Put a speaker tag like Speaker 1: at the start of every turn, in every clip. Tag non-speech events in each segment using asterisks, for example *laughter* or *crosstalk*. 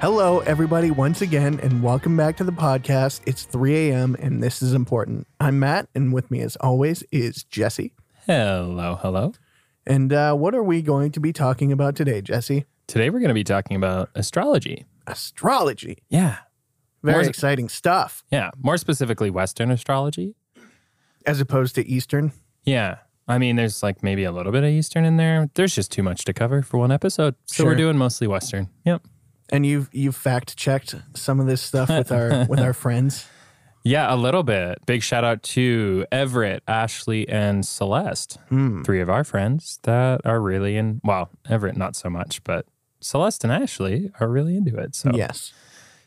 Speaker 1: Hello, everybody, once again, and welcome back to the podcast. It's 3 a.m., and this is important. I'm Matt, and with me, as always, is Jesse.
Speaker 2: Hello, hello.
Speaker 1: And uh, what are we going to be talking about today, Jesse?
Speaker 2: Today we're going to be talking about astrology.
Speaker 1: Astrology.
Speaker 2: Yeah.
Speaker 1: Very
Speaker 2: Where's-
Speaker 1: exciting stuff,
Speaker 2: Yeah. More specifically, Western astrology.
Speaker 1: as opposed to Eastern.
Speaker 2: Yeah. I mean, there's like maybe a little bit of Eastern in there. There's just too much to cover for one episode. So
Speaker 1: Sure.
Speaker 2: we're doing mostly Western. Yep.
Speaker 1: And you've you've fact checked some of this stuff with
Speaker 2: *laughs*
Speaker 1: our with our friends.
Speaker 2: Yeah, a little bit. Big shout out to Everett, Ashley, and Celeste,
Speaker 1: Hmm.
Speaker 2: three of our friends that are really in. Well, Everett, not so much, but Celeste and Ashley are really into it. So
Speaker 1: Yes,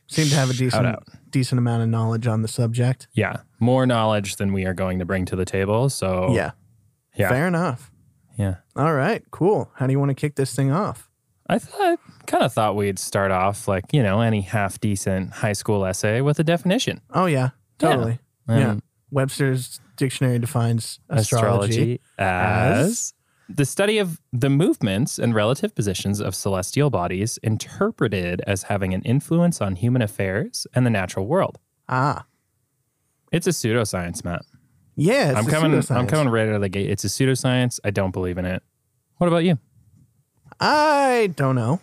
Speaker 1: seem to have a
Speaker 2: Shout
Speaker 1: decent
Speaker 2: out.
Speaker 1: decent amount of knowledge on the subject.
Speaker 2: yeah, more knowledge than we are going to bring to the table. So
Speaker 1: Yeah,
Speaker 2: Oh. Yeah.
Speaker 1: fair enough.
Speaker 2: yeah.
Speaker 1: All right, cool. How do you want to kick this thing off?
Speaker 2: I thought, kind of thought we'd start off like, you know, any half decent high school essay with a definition. Um,
Speaker 1: Oh yeah,
Speaker 2: Yeah.
Speaker 1: totally. Yeah. Webster's dictionary defines astrology.
Speaker 2: astrology, as the study of the movements and relative positions of celestial bodies interpreted as having an influence on human affairs and the natural world.
Speaker 1: Ah,
Speaker 2: It's a pseudoscience, Matt.
Speaker 1: yeah. It's
Speaker 2: I'm
Speaker 1: a
Speaker 2: coming I'm
Speaker 1: pseudoscience.
Speaker 2: coming right out of the gate. It's a pseudoscience. I don't believe in it. What about you?
Speaker 1: I don't know.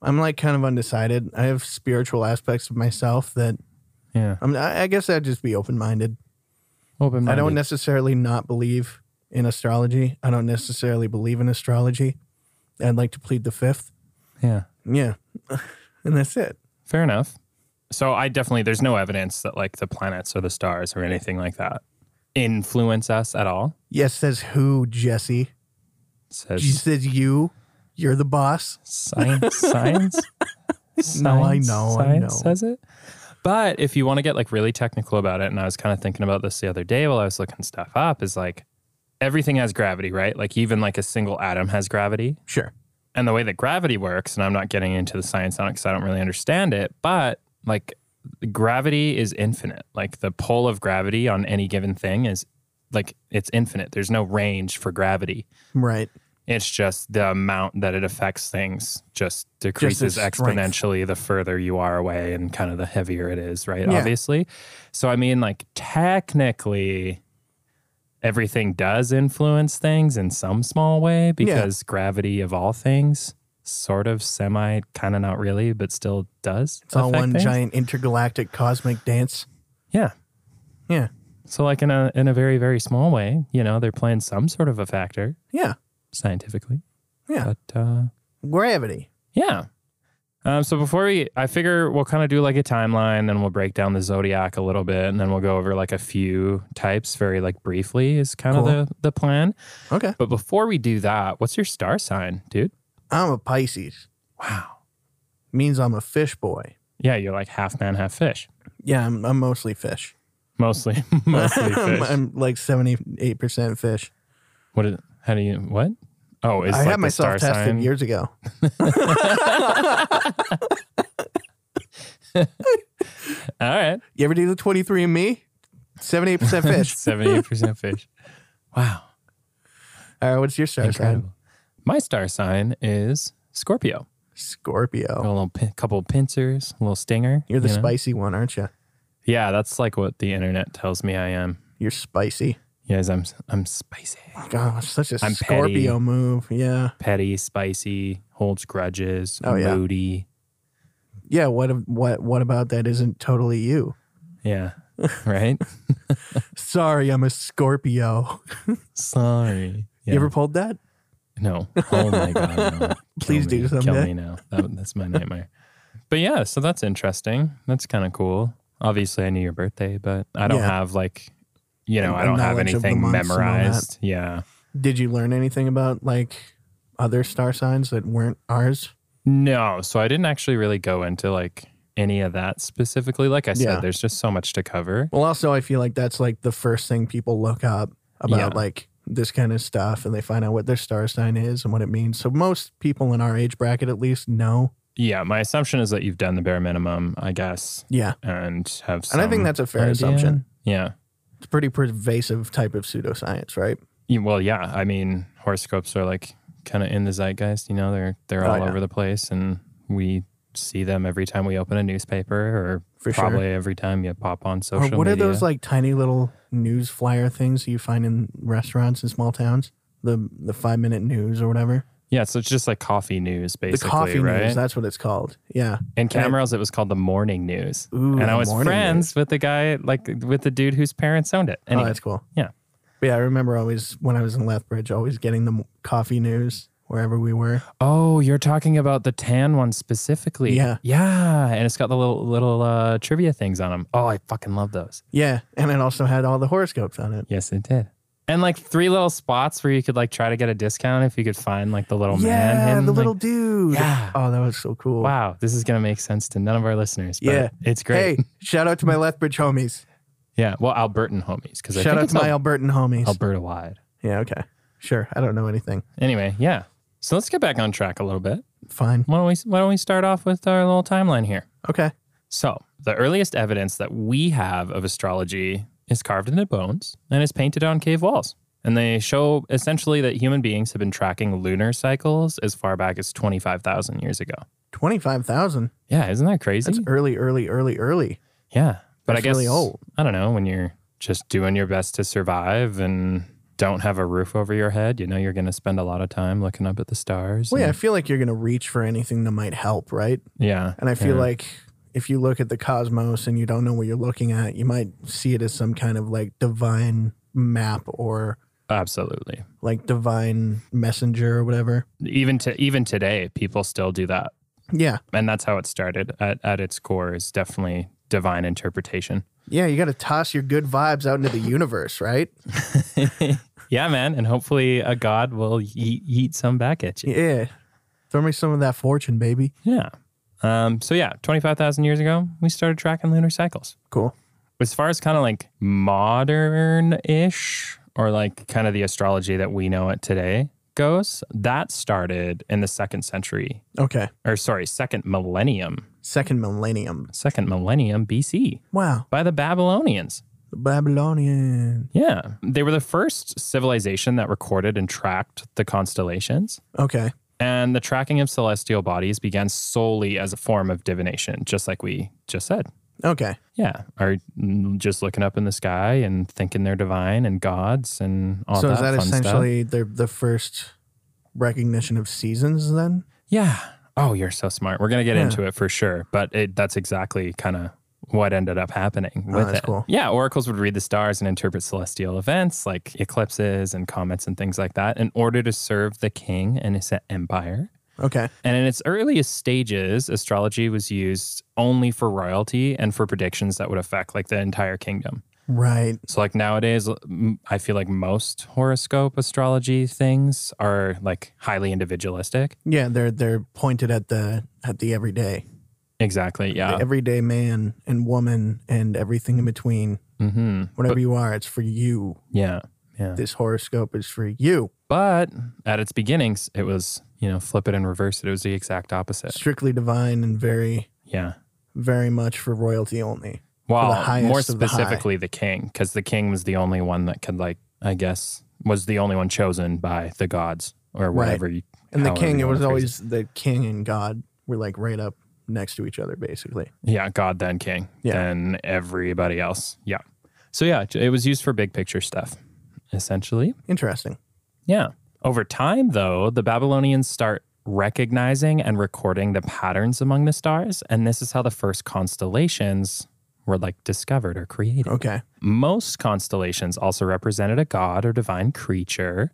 Speaker 1: I'm like kind of undecided. I have spiritual aspects of myself that
Speaker 2: Yeah.
Speaker 1: I'm, I I guess I'd just be open minded.
Speaker 2: Open
Speaker 1: I don't necessarily not believe in astrology. I don't necessarily believe in astrology. I'd like to plead the fifth.
Speaker 2: Yeah.
Speaker 1: Yeah. *laughs* and that's it.
Speaker 2: Fair enough. So I definitely there's no evidence that like the planets or the stars or anything like that influence us at all.
Speaker 1: Yes, says who, Jesse? She
Speaker 2: Says
Speaker 1: says you. You're the boss. *laughs*
Speaker 2: science, science.
Speaker 1: No, I
Speaker 2: Science-
Speaker 1: know, I
Speaker 2: Science
Speaker 1: know.
Speaker 2: says it. But if you want to get like really technical about it, and I was kind of thinking about this the other day while I was looking stuff up, is like everything has gravity, right? Like even like a single atom has gravity.
Speaker 1: Sure.
Speaker 2: and the way that gravity works, and I'm not getting into the science on it because I don't really understand it, but like gravity is infinite. Like the pull of gravity on any given thing is like it's infinite. There's no range for gravity.
Speaker 1: Right.
Speaker 2: It's just the amount that it affects things just decreases
Speaker 1: strength.
Speaker 2: exponentially the further you are away and kind of the heavier it is, right?
Speaker 1: Yeah.
Speaker 2: Obviously. So, I mean, like technically, everything does influence things in some small way because gravity of all things sort of semi, kind of not really, but still does.
Speaker 1: It's all
Speaker 2: affect
Speaker 1: one
Speaker 2: things.
Speaker 1: giant intergalactic cosmic dance.
Speaker 2: Yeah.
Speaker 1: Yeah.
Speaker 2: So, like in a, in a very, very small way, you know, they're playing some sort of a factor
Speaker 1: Yeah.
Speaker 2: scientifically.
Speaker 1: Yeah.
Speaker 2: But, uh,
Speaker 1: Gravity.
Speaker 2: Yeah. Um, so before we, I figure we'll kind of do like a timeline, then we'll break down the zodiac a little bit, and then we'll go over like a few types very like briefly is kind
Speaker 1: Cool.
Speaker 2: of the the plan.
Speaker 1: Okay.
Speaker 2: But before we do that, what's your star sign, dude?
Speaker 1: I'm a Pisces.
Speaker 2: Wow.
Speaker 1: Means I'm a fish boy.
Speaker 2: Yeah, you're like half man, half fish.
Speaker 1: Yeah, I'm, I'm mostly fish.
Speaker 2: Mostly, *laughs*
Speaker 1: *laughs*
Speaker 2: mostly
Speaker 1: I'm,
Speaker 2: fish.
Speaker 1: I'm like 78% fish.
Speaker 2: what? Is, how do you? What? Oh, is
Speaker 1: I
Speaker 2: like
Speaker 1: had
Speaker 2: the
Speaker 1: myself
Speaker 2: star
Speaker 1: tested
Speaker 2: sign.
Speaker 1: years
Speaker 2: *laughs*
Speaker 1: ago.
Speaker 2: All right,
Speaker 1: You ever do the 23 and me? 78% fish.
Speaker 2: *laughs*
Speaker 1: *laughs*
Speaker 2: seventy-eight percent fish. Wow,
Speaker 1: All right, what's your star sign?
Speaker 2: incredible. My star sign is Scorpio.
Speaker 1: Scorpio.
Speaker 2: Got a little pin, couple of pincers, a little stinger.
Speaker 1: Oh. You're the
Speaker 2: you know?
Speaker 1: spicy one, aren't you?
Speaker 2: Yeah, that's like what the internet tells me I am.
Speaker 1: You're spicy.
Speaker 2: Yes, I'm I'm spicy,
Speaker 1: God, it's such a
Speaker 2: I'm
Speaker 1: Scorpio
Speaker 2: petty.
Speaker 1: move. Yeah.
Speaker 2: petty, spicy, holds grudges,
Speaker 1: Oh, yeah.
Speaker 2: moody.
Speaker 1: Yeah, what ab- what what about that isn't totally you? *laughs*
Speaker 2: Yeah, right.
Speaker 1: Sorry, I'm a Scorpio. *laughs*
Speaker 2: Sorry. Yeah.
Speaker 1: You ever pulled that?
Speaker 2: no. Oh my god.
Speaker 1: *laughs*
Speaker 2: No. Kill
Speaker 1: Please do
Speaker 2: me. Kill
Speaker 1: someday.
Speaker 2: me now. That, that's my nightmare. But yeah, so that's interesting. That's kind of cool. Obviously, I knew your birthday, but I don't
Speaker 1: Yeah.
Speaker 2: have like, you know,
Speaker 1: A-
Speaker 2: I
Speaker 1: a
Speaker 2: don't have
Speaker 1: knowledge of the
Speaker 2: anything
Speaker 1: months and all that.
Speaker 2: memorized. Yeah.
Speaker 1: Did you learn anything about like other star signs that weren't ours?
Speaker 2: No, so I didn't actually really go into like any of that specifically. Like I said,
Speaker 1: Yeah.
Speaker 2: there's just so much to cover.
Speaker 1: Well, also I feel like that's like the first thing people look up about
Speaker 2: Yeah.
Speaker 1: like this kind of stuff and they find out what their star sign is and what it means. So most people in our age bracket at least know.
Speaker 2: Yeah, my assumption is that you've done the bare minimum, I guess,
Speaker 1: Yeah.
Speaker 2: and have. Some
Speaker 1: and I think that's a fair
Speaker 2: idea.
Speaker 1: assumption.
Speaker 2: Yeah.
Speaker 1: It's a pretty pervasive type of pseudoscience, right?
Speaker 2: You- Well, yeah. I mean, horoscopes are like kind of in the zeitgeist. You know, they're they're
Speaker 1: Oh,
Speaker 2: all
Speaker 1: yeah.
Speaker 2: over the place, and we see them every time we open a newspaper or
Speaker 1: For sure.
Speaker 2: probably every time you pop on
Speaker 1: Or
Speaker 2: social
Speaker 1: what are
Speaker 2: media.
Speaker 1: those like tiny little news flyer things you find in restaurants in small towns? The the five minute news or whatever.
Speaker 2: yeah, so it's just like coffee news, basically,
Speaker 1: the coffee
Speaker 2: right?
Speaker 1: news. That's what it's called. Yeah.
Speaker 2: In Camrose, it was called the morning news.
Speaker 1: Ooh,
Speaker 2: and
Speaker 1: the
Speaker 2: I was
Speaker 1: morning
Speaker 2: friends with the guy, like with the dude whose parents owned it.
Speaker 1: Oh,
Speaker 2: Anyway,
Speaker 1: that's cool.
Speaker 2: yeah.
Speaker 1: But yeah, I remember always when I was in Lethbridge, always getting the m- coffee news wherever we were.
Speaker 2: oh, you're talking about the tan one specifically.
Speaker 1: Yeah.
Speaker 2: Yeah. And it's got the little little uh, trivia things on them. Oh, I fucking love those.
Speaker 1: Yeah, and it also had all the horoscopes on it.
Speaker 2: Yes, it did. And like three little spots where you could like try to get a discount if you could find like the little Oh, man.
Speaker 1: yeah,
Speaker 2: hidden,
Speaker 1: the
Speaker 2: like-
Speaker 1: little dude.
Speaker 2: Yeah.
Speaker 1: Oh, that was so cool.
Speaker 2: Wow, this is gonna make sense to none of our listeners. But
Speaker 1: Yeah.
Speaker 2: it's great.
Speaker 1: Hey, shout out to my Lethbridge
Speaker 2: *laughs*
Speaker 1: homies.
Speaker 2: Yeah, well, Albertan homies because I
Speaker 1: Shout
Speaker 2: think
Speaker 1: out
Speaker 2: it's
Speaker 1: to my
Speaker 2: Al-
Speaker 1: Albertan homies.
Speaker 2: Alberta wide.
Speaker 1: yeah, okay. Sure. I don't know anything.
Speaker 2: Anyway, yeah. So let's get back on track a little bit.
Speaker 1: Fine.
Speaker 2: Why don't we Why don't we start off with our little timeline here?
Speaker 1: Okay.
Speaker 2: So the earliest evidence that we have of astrology is carved into bones and is painted on cave walls. And they show essentially that human beings have been tracking lunar cycles as far back as 25,000 years ago.
Speaker 1: 25,000.
Speaker 2: Yeah, isn't that crazy?
Speaker 1: That's early, early, early, early.
Speaker 2: Yeah. But I
Speaker 1: That's
Speaker 2: guess
Speaker 1: really old.
Speaker 2: I don't know, when you're just doing your best to survive and don't have a roof over your head, you know you're going to spend a lot of time looking up at the stars.
Speaker 1: Well, yeah, I
Speaker 2: and-
Speaker 1: feel like you're going to reach for anything that might help, right?
Speaker 2: yeah.
Speaker 1: And I feel
Speaker 2: yeah.
Speaker 1: like if you look at the cosmos and you don't know what you're looking at, you might see it as some kind of like divine map or
Speaker 2: absolutely.
Speaker 1: like divine messenger or whatever.
Speaker 2: Even to even today, people still do that.
Speaker 1: Yeah.
Speaker 2: And that's how it started at, at its core is definitely divine interpretation.
Speaker 1: Yeah, you got to toss your good vibes out into the universe, right?
Speaker 2: yeah, man. And hopefully a god will yeet, yeet some back at you.
Speaker 1: Yeah. Throw me some of that fortune, baby.
Speaker 2: Yeah. Um, so yeah, 25,000 years ago, we started tracking lunar cycles.
Speaker 1: Cool.
Speaker 2: as far as kind of like modern ish or like kind of the astrology that we know it today goes, that started in the second century
Speaker 1: Okay.
Speaker 2: or sorry, second millennium,
Speaker 1: Second millennium.
Speaker 2: second millennium BC
Speaker 1: Wow.
Speaker 2: by the Babylonians.
Speaker 1: The Babylonian.
Speaker 2: Yeah. They were the first civilization that recorded and tracked the constellations.
Speaker 1: Okay.
Speaker 2: And the tracking of celestial bodies began solely as a form of divination, just like we just said.
Speaker 1: Okay.
Speaker 2: Yeah, are just looking up in the sky and thinking they're divine and gods and all
Speaker 1: so
Speaker 2: that,
Speaker 1: is that
Speaker 2: fun stuff.
Speaker 1: essentially the the first recognition of seasons then?
Speaker 2: Yeah. Oh, you're so smart. We're gonna get
Speaker 1: Yeah.
Speaker 2: into it for sure, but it, that's exactly kind of what ended up happening with
Speaker 1: Oh, that's
Speaker 2: it.
Speaker 1: cool.
Speaker 2: Yeah, oracles would read the stars and interpret celestial events like eclipses and comets and things like that in order to serve the king and his empire.
Speaker 1: Okay.
Speaker 2: And in its earliest stages, astrology was used only for royalty and for predictions that would affect like the entire kingdom.
Speaker 1: Right.
Speaker 2: So like nowadays, m- I feel like most horoscope astrology things are like highly individualistic.
Speaker 1: Yeah, they're they're pointed at the at the everyday.
Speaker 2: Exactly.
Speaker 1: The
Speaker 2: Yeah.
Speaker 1: everyday man and woman and everything in between.
Speaker 2: hmm
Speaker 1: Whatever you are, it's for you.
Speaker 2: Yeah. Yeah.
Speaker 1: This horoscope is for you.
Speaker 2: But at its beginnings, it was you know flip it and reverse it. It was the exact opposite.
Speaker 1: Strictly divine and very
Speaker 2: Yeah.
Speaker 1: very much for royalty only.
Speaker 2: Well, more
Speaker 1: highest of the high.
Speaker 2: specifically, the king, because the king was the only one that could like I guess was the only one chosen by the gods or
Speaker 1: Right.
Speaker 2: whatever. You,
Speaker 1: And the
Speaker 2: however
Speaker 1: king,
Speaker 2: you
Speaker 1: it
Speaker 2: wanna
Speaker 1: was
Speaker 2: phrase
Speaker 1: always the king and God were like right up next to each other, basically.
Speaker 2: Yeah, God then king,
Speaker 1: Yeah.
Speaker 2: then everybody else. Yeah. So yeah, it was used for big picture stuff, essentially.
Speaker 1: Interesting.
Speaker 2: Yeah. Over time, though, the Babylonians start recognizing and recording the patterns among the stars. And this is how the first constellations were like discovered or created.
Speaker 1: Okay.
Speaker 2: Most constellations also represented a god or divine creature.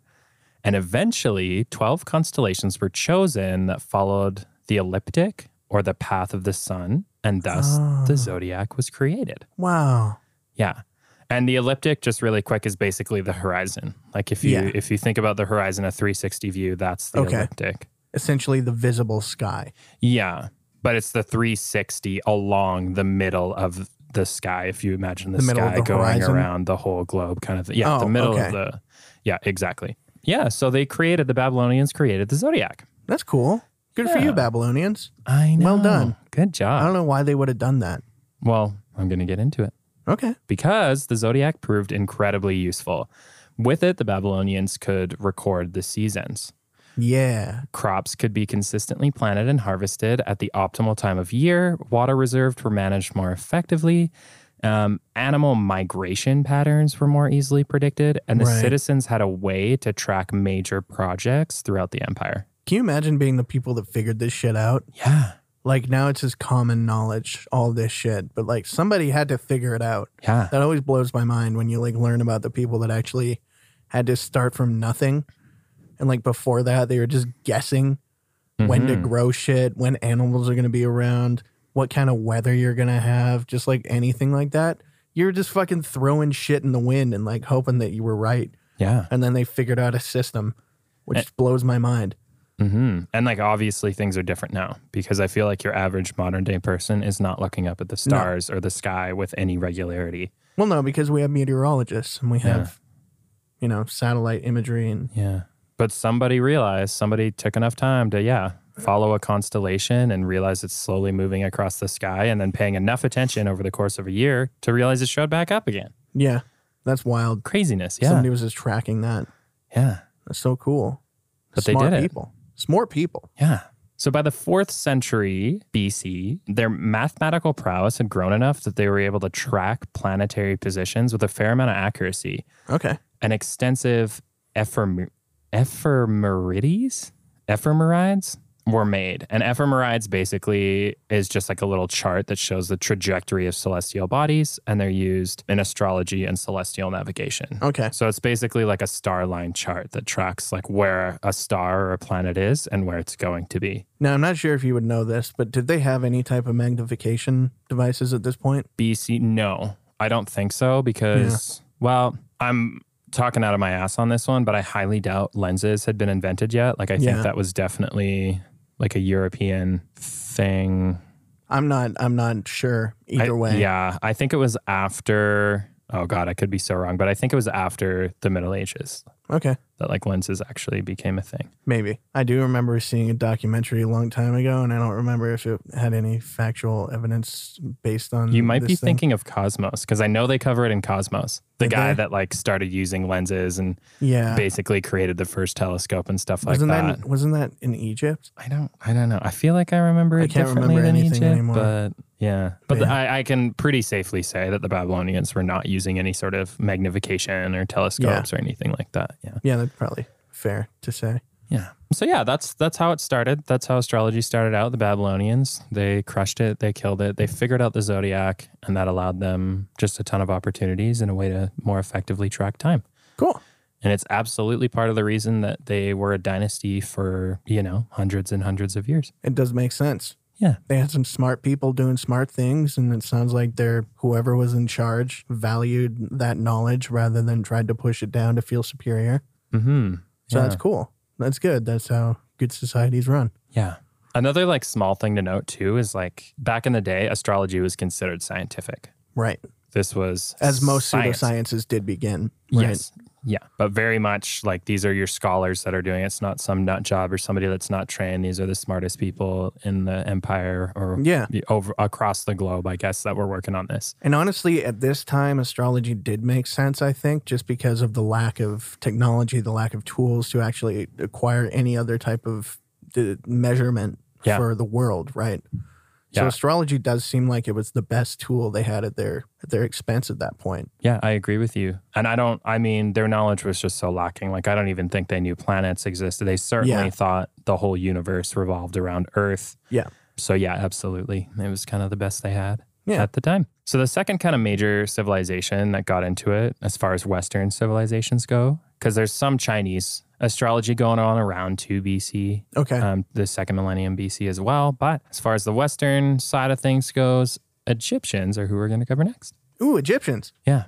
Speaker 2: And eventually, 12 constellations were chosen that followed the elliptic or the path of the sun. And thus,
Speaker 1: Ah.
Speaker 2: the zodiac was created.
Speaker 1: Wow.
Speaker 2: Yeah. And the elliptic, just really quick, is basically the horizon. Like if you
Speaker 1: Yeah.
Speaker 2: if you think about the horizon, a 360 view, that's the
Speaker 1: Okay.
Speaker 2: elliptic.
Speaker 1: Essentially the visible sky.
Speaker 2: Yeah. But it's the 360 along the middle of the sky. If you imagine the,
Speaker 1: The middle of
Speaker 2: sky
Speaker 1: the
Speaker 2: going
Speaker 1: horizon?
Speaker 2: around the whole globe, kind of thing. Yeah,
Speaker 1: Oh,
Speaker 2: the middle
Speaker 1: okay.
Speaker 2: of the Yeah, exactly. Yeah. So they created the Babylonians created the zodiac.
Speaker 1: That's cool. Good for
Speaker 2: Yeah.
Speaker 1: you, Babylonians.
Speaker 2: I know.
Speaker 1: Well done.
Speaker 2: Good
Speaker 1: I
Speaker 2: job.
Speaker 1: don't know why they would have done that.
Speaker 2: Well, I'm gonna get into it.
Speaker 1: Okay.
Speaker 2: because the zodiac proved incredibly useful. With it, the Babylonians could record the seasons.
Speaker 1: Yeah.
Speaker 2: Crops could be consistently planted and harvested at the optimal time of year. Water reserves were managed more effectively. Um, animal migration patterns were more easily predicted, and the
Speaker 1: Right.
Speaker 2: citizens had a way to track major projects throughout the empire.
Speaker 1: Can you imagine being the people that figured this shit out?
Speaker 2: Yeah,
Speaker 1: Like now it's just common knowledge, all this shit, but like somebody had to figure it out.
Speaker 2: yeah,
Speaker 1: That always blows my mind when you like learn about the people that actually had to start from nothing. And like before that, they were just guessing when to
Speaker 2: Mhm.
Speaker 1: grow shit, when animals are going to be around, what kind of weather you're going to have, just like anything like that. You're just fucking throwing shit in the wind and like hoping that you were right.
Speaker 2: yeah.
Speaker 1: And then they figured out a system, which blows my mind.
Speaker 2: hmm And like obviously things are different now because I feel like your average modern day person is not looking up at the stars or the sky with any regularity.
Speaker 1: Well, no, because we have meteorologists and we
Speaker 2: Yeah.
Speaker 1: have, you know, satellite imagery and
Speaker 2: Yeah. But somebody realized, somebody took enough time to, yeah, follow a constellation and realize it's slowly moving across the sky and then paying enough attention over the course of a year to realize it showed back up again.
Speaker 1: yeah, that's wild.
Speaker 2: Craziness. Yeah.
Speaker 1: Somebody was just tracking that.
Speaker 2: yeah.
Speaker 1: That's so cool.
Speaker 2: But they did it.
Speaker 1: people. Smart people.
Speaker 2: Yeah. So by the fourth century BC, their mathematical prowess had grown enough that they were able to track planetary positions with a fair amount of accuracy.
Speaker 1: Okay.
Speaker 2: an extensive ephemer- ephemerides ephemerides were made and ephemerides basically is just like a little chart that shows the trajectory of celestial bodies and they're used in astrology and celestial navigation
Speaker 1: Okay.
Speaker 2: so it's basically like a star line chart that tracks like where a star or a planet is and where it's going to be
Speaker 1: Now, I'm not sure if you would know this, but did they have any type of magnification devices at this point?
Speaker 2: BC? No, I don't think so because, well, I'm talking out of my ass on this one, but I highly doubt lenses had been invented yet. Like, I
Speaker 1: Yeah.
Speaker 2: think that was definitely like a European thing.
Speaker 1: I'm not. I'm not sure
Speaker 2: I-
Speaker 1: either way.
Speaker 2: Yeah. I think it was after, oh God, I could be so wrong, but I think it was after the Middle Ages
Speaker 1: Okay.
Speaker 2: that like lenses actually became a thing.
Speaker 1: Maybe. I do remember seeing a documentary a long time ago, and I don't remember if it had any factual evidence based on.
Speaker 2: You might
Speaker 1: this
Speaker 2: be
Speaker 1: thing.
Speaker 2: thinking of Cosmos because I know they cover it in Cosmos, the
Speaker 1: Did
Speaker 2: guy
Speaker 1: they?
Speaker 2: that like started using lenses and
Speaker 1: Yeah.
Speaker 2: basically created the first telescope and stuff like
Speaker 1: wasn't that. wasn't that in Egypt?
Speaker 2: I don't. I don't know. I feel like I remember it
Speaker 1: I can't
Speaker 2: differently
Speaker 1: remember
Speaker 2: than
Speaker 1: anything
Speaker 2: Egypt,
Speaker 1: anymore.
Speaker 2: but yeah. But
Speaker 1: Yeah.
Speaker 2: the- I, I can pretty safely say that the Babylonians were not using any sort of magnification or telescopes or anything like that. Yeah.
Speaker 1: Yeah, that's probably fair to say.
Speaker 2: Yeah. So yeah, that's that's how it started. That's how astrology started out. The Babylonians they crushed it. They killed it. They figured out the zodiac, and that allowed them just a ton of opportunities and a way to more effectively track time.
Speaker 1: Cool.
Speaker 2: And it's absolutely part of the reason that they were a dynasty for you know hundreds and hundreds of years.
Speaker 1: It does make sense.
Speaker 2: Yeah.
Speaker 1: They had some smart people doing smart things, and it sounds like their whoever was in charge valued that knowledge rather than tried to push it down to feel superior.
Speaker 2: Hmm.
Speaker 1: So that's cool. That's good. That's how good societies run.
Speaker 2: Yeah. Another like small thing to note too is like back in the day, astrology was considered scientific.
Speaker 1: Right.
Speaker 2: This was
Speaker 1: As most
Speaker 2: science.
Speaker 1: pseudosciences did begin.
Speaker 2: Yes. Yeah. But very much like these are your scholars that are doing it. It's not some nut job or somebody that's not trained. These are the smartest people in the empire or
Speaker 1: Right. Yeah.
Speaker 2: over across the globe, I guess, that were working on this.
Speaker 1: And honestly, at this time, astrology did make sense, I think, just because of the lack of technology, the lack of tools to actually acquire any other type of uh, measurement
Speaker 2: Yeah.
Speaker 1: for the world, right? So
Speaker 2: Yeah.
Speaker 1: astrology does seem like it was the best tool they had at their at their expense at that point.
Speaker 2: Yeah, I agree with you. And I don't, I mean, their knowledge was just so lacking. Like, I don't even think they knew planets existed. They certainly
Speaker 1: Yeah.
Speaker 2: thought the whole universe revolved around Earth.
Speaker 1: Yeah.
Speaker 2: So, yeah, absolutely. It was kind of the best they had
Speaker 1: Yeah.
Speaker 2: at the time. So, the second kind of major civilization that got into it, as far as Western civilizations go, because there's some Chinese astrology going on around 2 BC,
Speaker 1: Okay.
Speaker 2: um, the second millennium BC as well. But as far as the Western side of things goes, Egyptians are who we're going to cover next.
Speaker 1: Ooh, Egyptians.
Speaker 2: Yeah.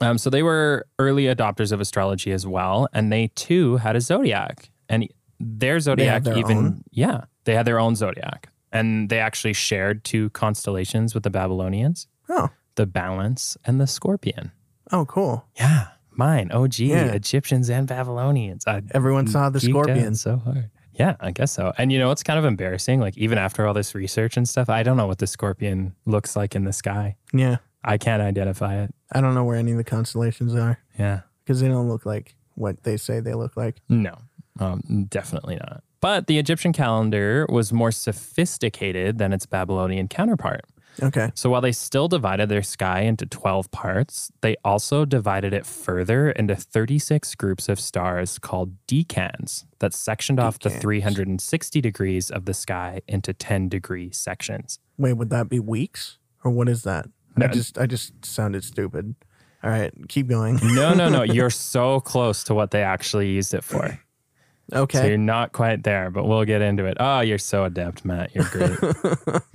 Speaker 2: Um, so they were early adopters of astrology as well, and they too had a zodiac, and their zodiac
Speaker 1: their
Speaker 2: even
Speaker 1: own?
Speaker 2: yeah they had their own zodiac, and they actually shared two constellations with the Babylonians,
Speaker 1: Oh.
Speaker 2: the Balance and the Scorpion.
Speaker 1: Oh, cool.
Speaker 2: Yeah, mine. Oh, gee,
Speaker 1: Yeah.
Speaker 2: Egyptians and Babylonians. I
Speaker 1: Everyone saw the
Speaker 2: geeked out
Speaker 1: scorpions.
Speaker 2: so hard. Yeah, I guess so. And you know, it's kind of embarrassing. Like even after all this research and stuff, I don't know what the scorpion looks like in the sky.
Speaker 1: Yeah.
Speaker 2: I can't identify it.
Speaker 1: I don't know where any of the constellations are
Speaker 2: Yeah.
Speaker 1: because they don't look like what they say they look like.
Speaker 2: No. Um, definitely not. But the Egyptian calendar was more sophisticated than its Babylonian counterpart.
Speaker 1: Okay.
Speaker 2: So while they still divided their sky into 12 parts, they also divided it further into 36 groups of stars called decans that sectioned off the
Speaker 1: Decans.
Speaker 2: 360 degrees of the sky into 10 degree sections.
Speaker 1: Wait, would that be weeks or what is that?
Speaker 2: No.
Speaker 1: I just I just sounded stupid. All right, keep
Speaker 2: *laughs*
Speaker 1: going.
Speaker 2: No, no, no. You're so close to what they actually used it for. So
Speaker 1: Okay.
Speaker 2: you're not quite there, but we'll get into it. Oh, you're so adept, Matt. You're great.
Speaker 1: *laughs*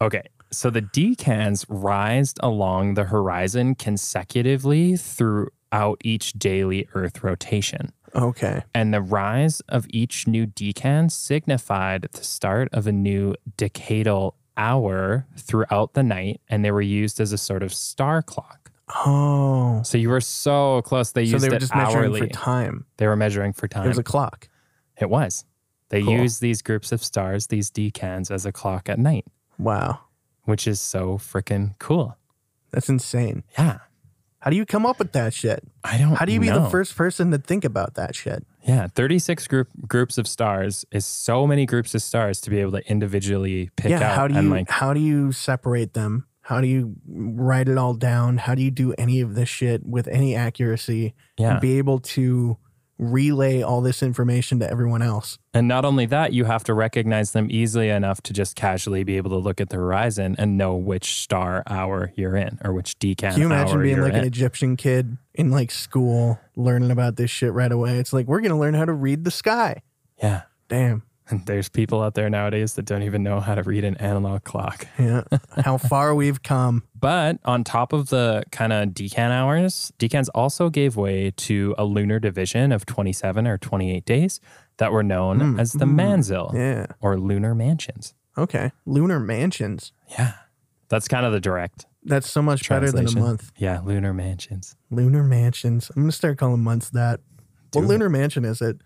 Speaker 2: okay. So the decans rised along the horizon consecutively throughout each daily Earth rotation.
Speaker 1: Okay.
Speaker 2: And the rise of each new decan signified the start of a new decadal hour throughout the night. And they were used as a sort of star clock.
Speaker 1: Oh.
Speaker 2: So you were so close. They
Speaker 1: So
Speaker 2: used
Speaker 1: they were
Speaker 2: it
Speaker 1: just measuring
Speaker 2: hourly.
Speaker 1: for time.
Speaker 2: they were measuring for
Speaker 1: It
Speaker 2: time.
Speaker 1: was a clock.
Speaker 2: It was. They
Speaker 1: Cool.
Speaker 2: use these groups of stars, these decans, as a clock at night,
Speaker 1: Wow.
Speaker 2: which is so freaking cool.
Speaker 1: That's insane.
Speaker 2: Yeah.
Speaker 1: How do you come up with that shit?
Speaker 2: I don't
Speaker 1: How do you be the
Speaker 2: know.
Speaker 1: first person to think about that shit?
Speaker 2: Yeah. 36 group groups of stars is so many groups of stars to be able to individually pick
Speaker 1: yeah,
Speaker 2: out
Speaker 1: how do you
Speaker 2: and like
Speaker 1: how do you separate them? How do you write it all down? How do you do any of this shit with any accuracy
Speaker 2: yeah.
Speaker 1: and be able to relay all this information to everyone else?
Speaker 2: and not only that, you have to recognize them easily enough to just casually be able to look at the horizon and know which star hour you're in or which decan
Speaker 1: Can you imagine
Speaker 2: hour
Speaker 1: being
Speaker 2: you're
Speaker 1: like an
Speaker 2: in.
Speaker 1: Egyptian kid in like school learning about this shit right away? It's like we're gonna learn how to read the sky.
Speaker 2: yeah.
Speaker 1: Damn.
Speaker 2: And there's people out there nowadays that don't even know how to read an analog clock. *laughs*
Speaker 1: Yeah. how far we've come.
Speaker 2: But on top of the kind of decan hours, decans also gave way to a lunar division of 27 or 28 days that were known
Speaker 1: Mm,
Speaker 2: as the
Speaker 1: mm,
Speaker 2: manzil
Speaker 1: Yeah.
Speaker 2: or lunar mansions.
Speaker 1: Okay. Lunar mansions.
Speaker 2: Yeah. That's kind of the direct
Speaker 1: That's so much better than a
Speaker 2: translation.
Speaker 1: month.
Speaker 2: Yeah, lunar mansions.
Speaker 1: Lunar mansions. I'm gonna start calling months that.
Speaker 2: Do
Speaker 1: what
Speaker 2: it.
Speaker 1: lunar mansion is
Speaker 2: *laughs*
Speaker 1: it?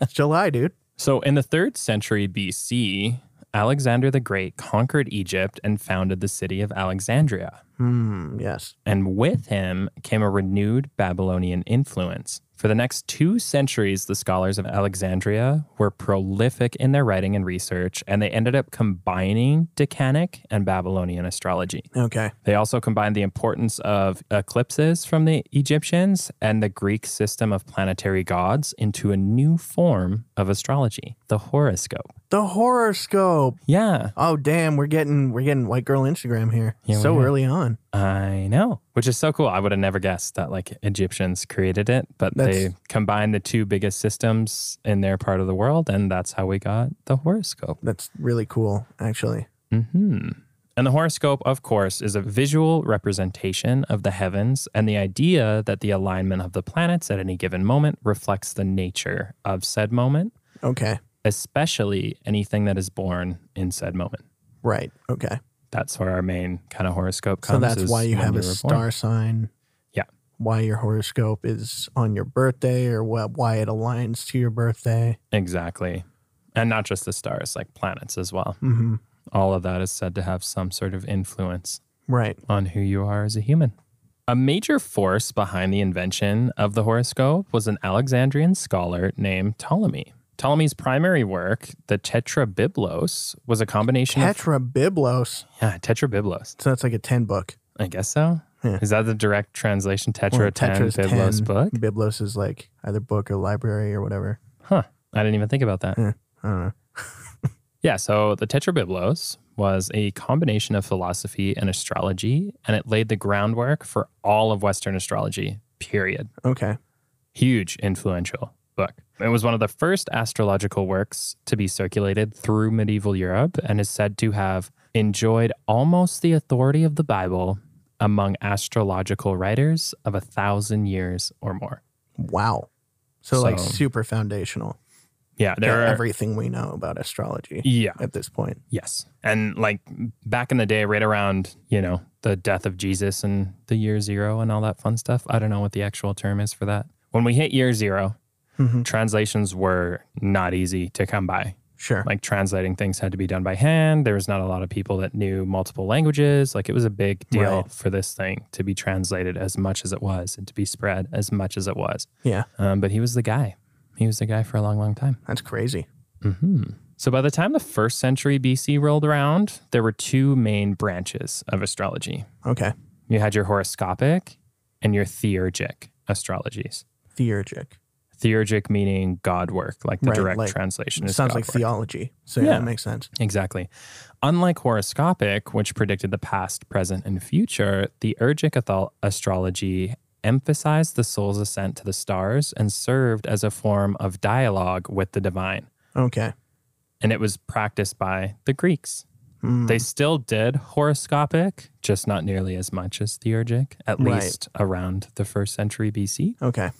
Speaker 1: it's July, dude.
Speaker 2: So in the 3rd century BC, Alexander the Great conquered Egypt and founded the city of Alexandria.
Speaker 1: Hmm. Yes.
Speaker 2: and with him came a renewed Babylonian influence. For the next two centuries, the scholars of Alexandria were prolific in their writing and research, and they ended up combining Decanic and Babylonian astrology.
Speaker 1: Okay.
Speaker 2: They also combined the importance of eclipses from the Egyptians and the Greek system of planetary gods into a new form of astrology, the horoscope.
Speaker 1: The horoscope.
Speaker 2: Yeah,
Speaker 1: Oh damn, we're getting we're getting white girl Instagram here.
Speaker 2: Yeah, we
Speaker 1: so
Speaker 2: are.
Speaker 1: early on.
Speaker 2: I know, which is so cool. I would have never guessed that like Egyptians created it, but they
Speaker 1: That's-
Speaker 2: combined the two biggest systems in their part of the world, and that's how we got the horoscope.
Speaker 1: That's really cool, actually.
Speaker 2: hmm And the horoscope, of course, is a visual representation of the heavens and the idea that the alignment of the planets at any given moment reflects the nature of said moment,
Speaker 1: Okay.
Speaker 2: especially anything that is born in said moment.
Speaker 1: Right. Okay.
Speaker 2: That's where our main kind of horoscope
Speaker 1: So
Speaker 2: comes.
Speaker 1: that's
Speaker 2: is
Speaker 1: why you
Speaker 2: when
Speaker 1: have a
Speaker 2: were born.
Speaker 1: star sign.
Speaker 2: Yeah.
Speaker 1: Why your horoscope is on your birthday or what, why it aligns to your birthday.
Speaker 2: Exactly. And not just the stars, like planets as well.
Speaker 1: Mm-hmm.
Speaker 2: All of that is said to have some sort of influence
Speaker 1: Right.
Speaker 2: on who you are as a human. A major force behind the invention of the horoscope was an Alexandrian scholar named Ptolemy. Ptolemy's primary work, the Tetrabiblos, was a combination of
Speaker 1: Tetrabiblos.
Speaker 2: yeah, Tetrabiblos.
Speaker 1: So that's like a 10 book.
Speaker 2: I guess so.
Speaker 1: Yeah.
Speaker 2: Is that the direct translation? Tetra
Speaker 1: Well,
Speaker 2: 10
Speaker 1: Tetra's
Speaker 2: Biblos
Speaker 1: 10.
Speaker 2: book?
Speaker 1: Biblos is like either book or library or whatever.
Speaker 2: Huh. I didn't even think about that.
Speaker 1: I don't know.
Speaker 2: Yeah, so the Tetrabiblos was a combination of philosophy and astrology, and it laid the groundwork for all of Western astrology, period.
Speaker 1: Okay.
Speaker 2: Huge influential book. It was one of the first astrological works to be circulated through medieval Europe and is said to have enjoyed almost the authority of the Bible among astrological writers of a thousand years or more.
Speaker 1: Wow. So, like
Speaker 2: So-
Speaker 1: super foundational
Speaker 2: Yeah,
Speaker 1: to
Speaker 2: there are.
Speaker 1: everything we know about astrology
Speaker 2: yeah.
Speaker 1: at this point.
Speaker 2: Yes. And like back in the day, right around, you know, the death of Jesus and the year zero and all that fun stuff. I don't know what the actual term is for that. When we hit year zero, Mm-hmm.
Speaker 1: Mhm.
Speaker 2: translations were not easy to come by.
Speaker 1: Sure.
Speaker 2: Like translating things had to be done by hand. There was not a lot of people that knew multiple languages. Like it was a big deal
Speaker 1: Right.
Speaker 2: for this thing to be translated as much as it was and to be spread as much as it was.
Speaker 1: yeah.
Speaker 2: Um, but he was the guy. He was the guy for a long, long time.
Speaker 1: That's crazy.
Speaker 2: hmm So by the time the first century BC rolled around, there were two main branches of astrology.
Speaker 1: Okay.
Speaker 2: You had your horoscopic and your theurgic astrologies.
Speaker 1: Theurgic.
Speaker 2: Theurgic meaning God work, like the
Speaker 1: Right,
Speaker 2: direct
Speaker 1: like-
Speaker 2: translation.
Speaker 1: It
Speaker 2: Is
Speaker 1: sounds
Speaker 2: God
Speaker 1: like
Speaker 2: work.
Speaker 1: theology. So yeah,
Speaker 2: Yeah.
Speaker 1: that makes sense.
Speaker 2: Exactly. Unlike horoscopic, which predicted the past, present, and future, the urgic athol- astrology emphasized the soul's ascent to the stars and served as a form of dialogue with the divine.
Speaker 1: Okay.
Speaker 2: And it was practiced by the Greeks.
Speaker 1: Mm.
Speaker 2: They still did horoscopic, just not nearly as much as the urgic, at
Speaker 1: Right.
Speaker 2: least around the first century BC.
Speaker 1: okay.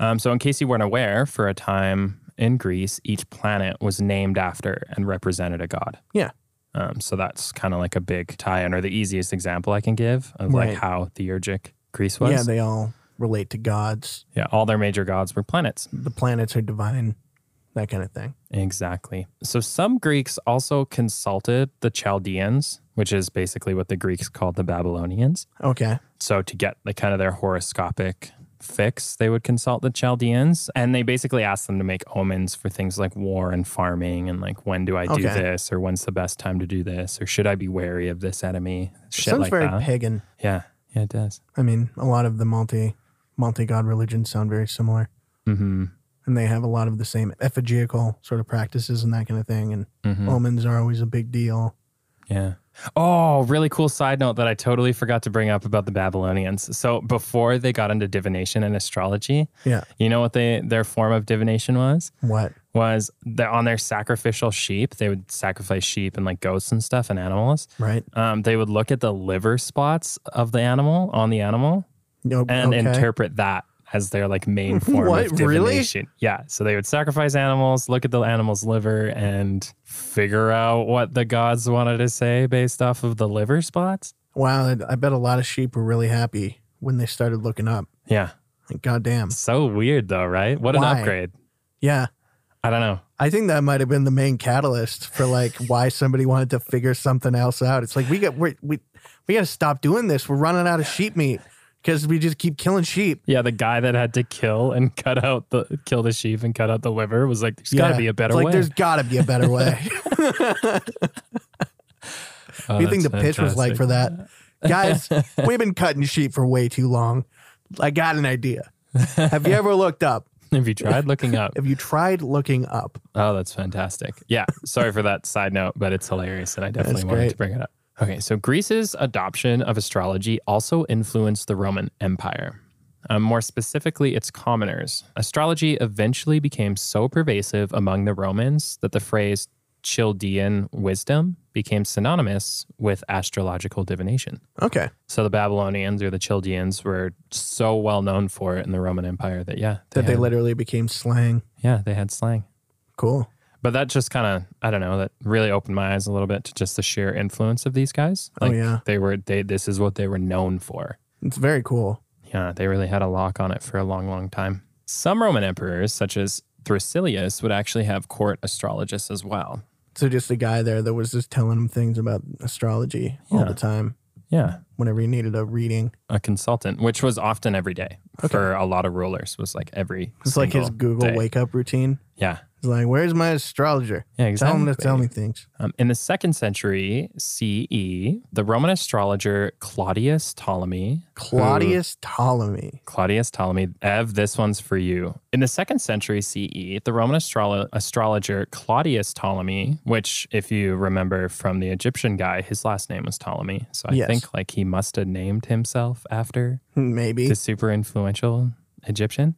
Speaker 2: Um, so, in case you weren't aware, for a time in Greece, each planet was named after and represented a god.
Speaker 1: Yeah.
Speaker 2: Um, so that's kind of like a big tie-in, or the easiest example I can give of
Speaker 1: Right.
Speaker 2: like how theurgic Greece was.
Speaker 1: Yeah, they all relate to gods.
Speaker 2: yeah, all their major gods were planets.
Speaker 1: The planets are divine, that kind of thing.
Speaker 2: Exactly. So some Greeks also consulted the Chaldeans, which is basically what the Greeks called the Babylonians.
Speaker 1: Okay.
Speaker 2: So to get the kind of their horoscopic fix, they would consult the Chaldeans and they basically asked them to make omens for things like war and farming and like when do I do
Speaker 1: Okay.
Speaker 2: this or when's the best time to do this or should I be wary of this enemy? Shit
Speaker 1: sounds
Speaker 2: like
Speaker 1: very
Speaker 2: that.
Speaker 1: pagan.
Speaker 2: yeah. Yeah, it does.
Speaker 1: I mean, a lot of the multi multi god religions sound very similar.
Speaker 2: Mm-hmm.
Speaker 1: And they have a lot of the same ephigeical sort of practices and that kind of thing. And
Speaker 2: hmm
Speaker 1: omens are always a big deal.
Speaker 2: Yeah. Oh, really cool side note that I totally forgot to bring up about the Babylonians. So before they got into divination and astrology,
Speaker 1: Yeah.
Speaker 2: you know what they their form of divination was?
Speaker 1: What?
Speaker 2: was that on their sacrificial sheep, they would sacrifice sheep and like goats and stuff and animals.
Speaker 1: Right?
Speaker 2: Um, they would look at the liver spots of the animal on the animal
Speaker 1: No.
Speaker 2: and
Speaker 1: okay.
Speaker 2: interpret that as their
Speaker 1: *laughs*
Speaker 2: like main form
Speaker 1: What?
Speaker 2: of
Speaker 1: Really?
Speaker 2: divination. Yeah. So they would sacrifice animals, look at the animal's liver, and figure out what the gods wanted to say based off of the liver spots.
Speaker 1: wow. I- I bet a lot of sheep were really happy when they started looking up.
Speaker 2: Yeah.
Speaker 1: Like, goddamn.
Speaker 2: So weird though, right? What an
Speaker 1: Why?
Speaker 2: upgrade.
Speaker 1: Yeah.
Speaker 2: I don't know.
Speaker 1: I think that might have been the main catalyst for
Speaker 2: *laughs*
Speaker 1: like why somebody wanted to figure something else out. It's like we got we're, we we got to stop doing this. We're running out of sheep meat because we just keep killing sheep.
Speaker 2: Yeah, the guy that had to kill and *laughs* cut out the kill the sheep and cut out the liver was like, "There's got
Speaker 1: Yeah.
Speaker 2: to be a better
Speaker 1: It's like
Speaker 2: way.
Speaker 1: there's got to be a better
Speaker 2: *laughs*
Speaker 1: way.
Speaker 2: Oh,
Speaker 1: you think the
Speaker 2: that's
Speaker 1: pitch was like for
Speaker 2: fantastic.
Speaker 1: that, guys?
Speaker 2: *laughs*
Speaker 1: we've been cutting sheep for way too long. I got an idea. Have you ever looked up?
Speaker 2: If you tried
Speaker 1: *laughs*
Speaker 2: looking up,
Speaker 1: Have you tried looking up?
Speaker 2: oh, that's fantastic. Yeah, sorry for that side note, but it's hilarious, and I definitely
Speaker 1: That's
Speaker 2: wanted
Speaker 1: great.
Speaker 2: to bring it up. Okay, so Greece's adoption of astrology also influenced the Roman Empire. Um, more specifically, its commoners. Astrology eventually became so pervasive among the Romans that the phrase Chaldean wisdom became synonymous with astrological divination.
Speaker 1: Okay,
Speaker 2: So the Babylonians or the Chaldeans were so well known for it in the Roman Empire that yeah,
Speaker 1: that they
Speaker 2: had-
Speaker 1: literally became slang.
Speaker 2: yeah they had slang.
Speaker 1: Cool.
Speaker 2: But that just kind of I don't know that really opened my eyes a little bit to just the sheer influence of these guys.
Speaker 1: Oh,
Speaker 2: Like
Speaker 1: yeah.
Speaker 2: they were they this is what they were known for.
Speaker 1: It's very cool.
Speaker 2: Yeah, they really had a lock on it for a long, long time. Some Roman emperors, such as Thrasilius, would actually have court astrologists as well.
Speaker 1: So just a guy there that was just telling him things about astrology all
Speaker 2: Yeah.
Speaker 1: the time.
Speaker 2: Yeah,
Speaker 1: whenever you needed a reading.
Speaker 2: a consultant, which was often every day
Speaker 1: Okay.
Speaker 2: for a lot of rulers, was like every.
Speaker 1: It's like his
Speaker 2: single
Speaker 1: Google
Speaker 2: day.
Speaker 1: wake up routine.
Speaker 2: Yeah,
Speaker 1: He's like, "Where's my astrologer?
Speaker 2: yeah, exactly.
Speaker 1: Tell him to tell me things."
Speaker 2: Um, in the second century CE, the Roman astrologer Claudius Ptolemy,
Speaker 1: Claudius Ptolemy. *laughs*
Speaker 2: Claudius Ptolemy, Ev, this one's for you. In the second century CE, the Roman astrolo- astrologer Claudius Ptolemy, which, if you remember from the Egyptian guy, his last name was Ptolemy. So I
Speaker 1: Yes.
Speaker 2: think like he must have named himself after
Speaker 1: Maybe
Speaker 2: the super influential Egyptian.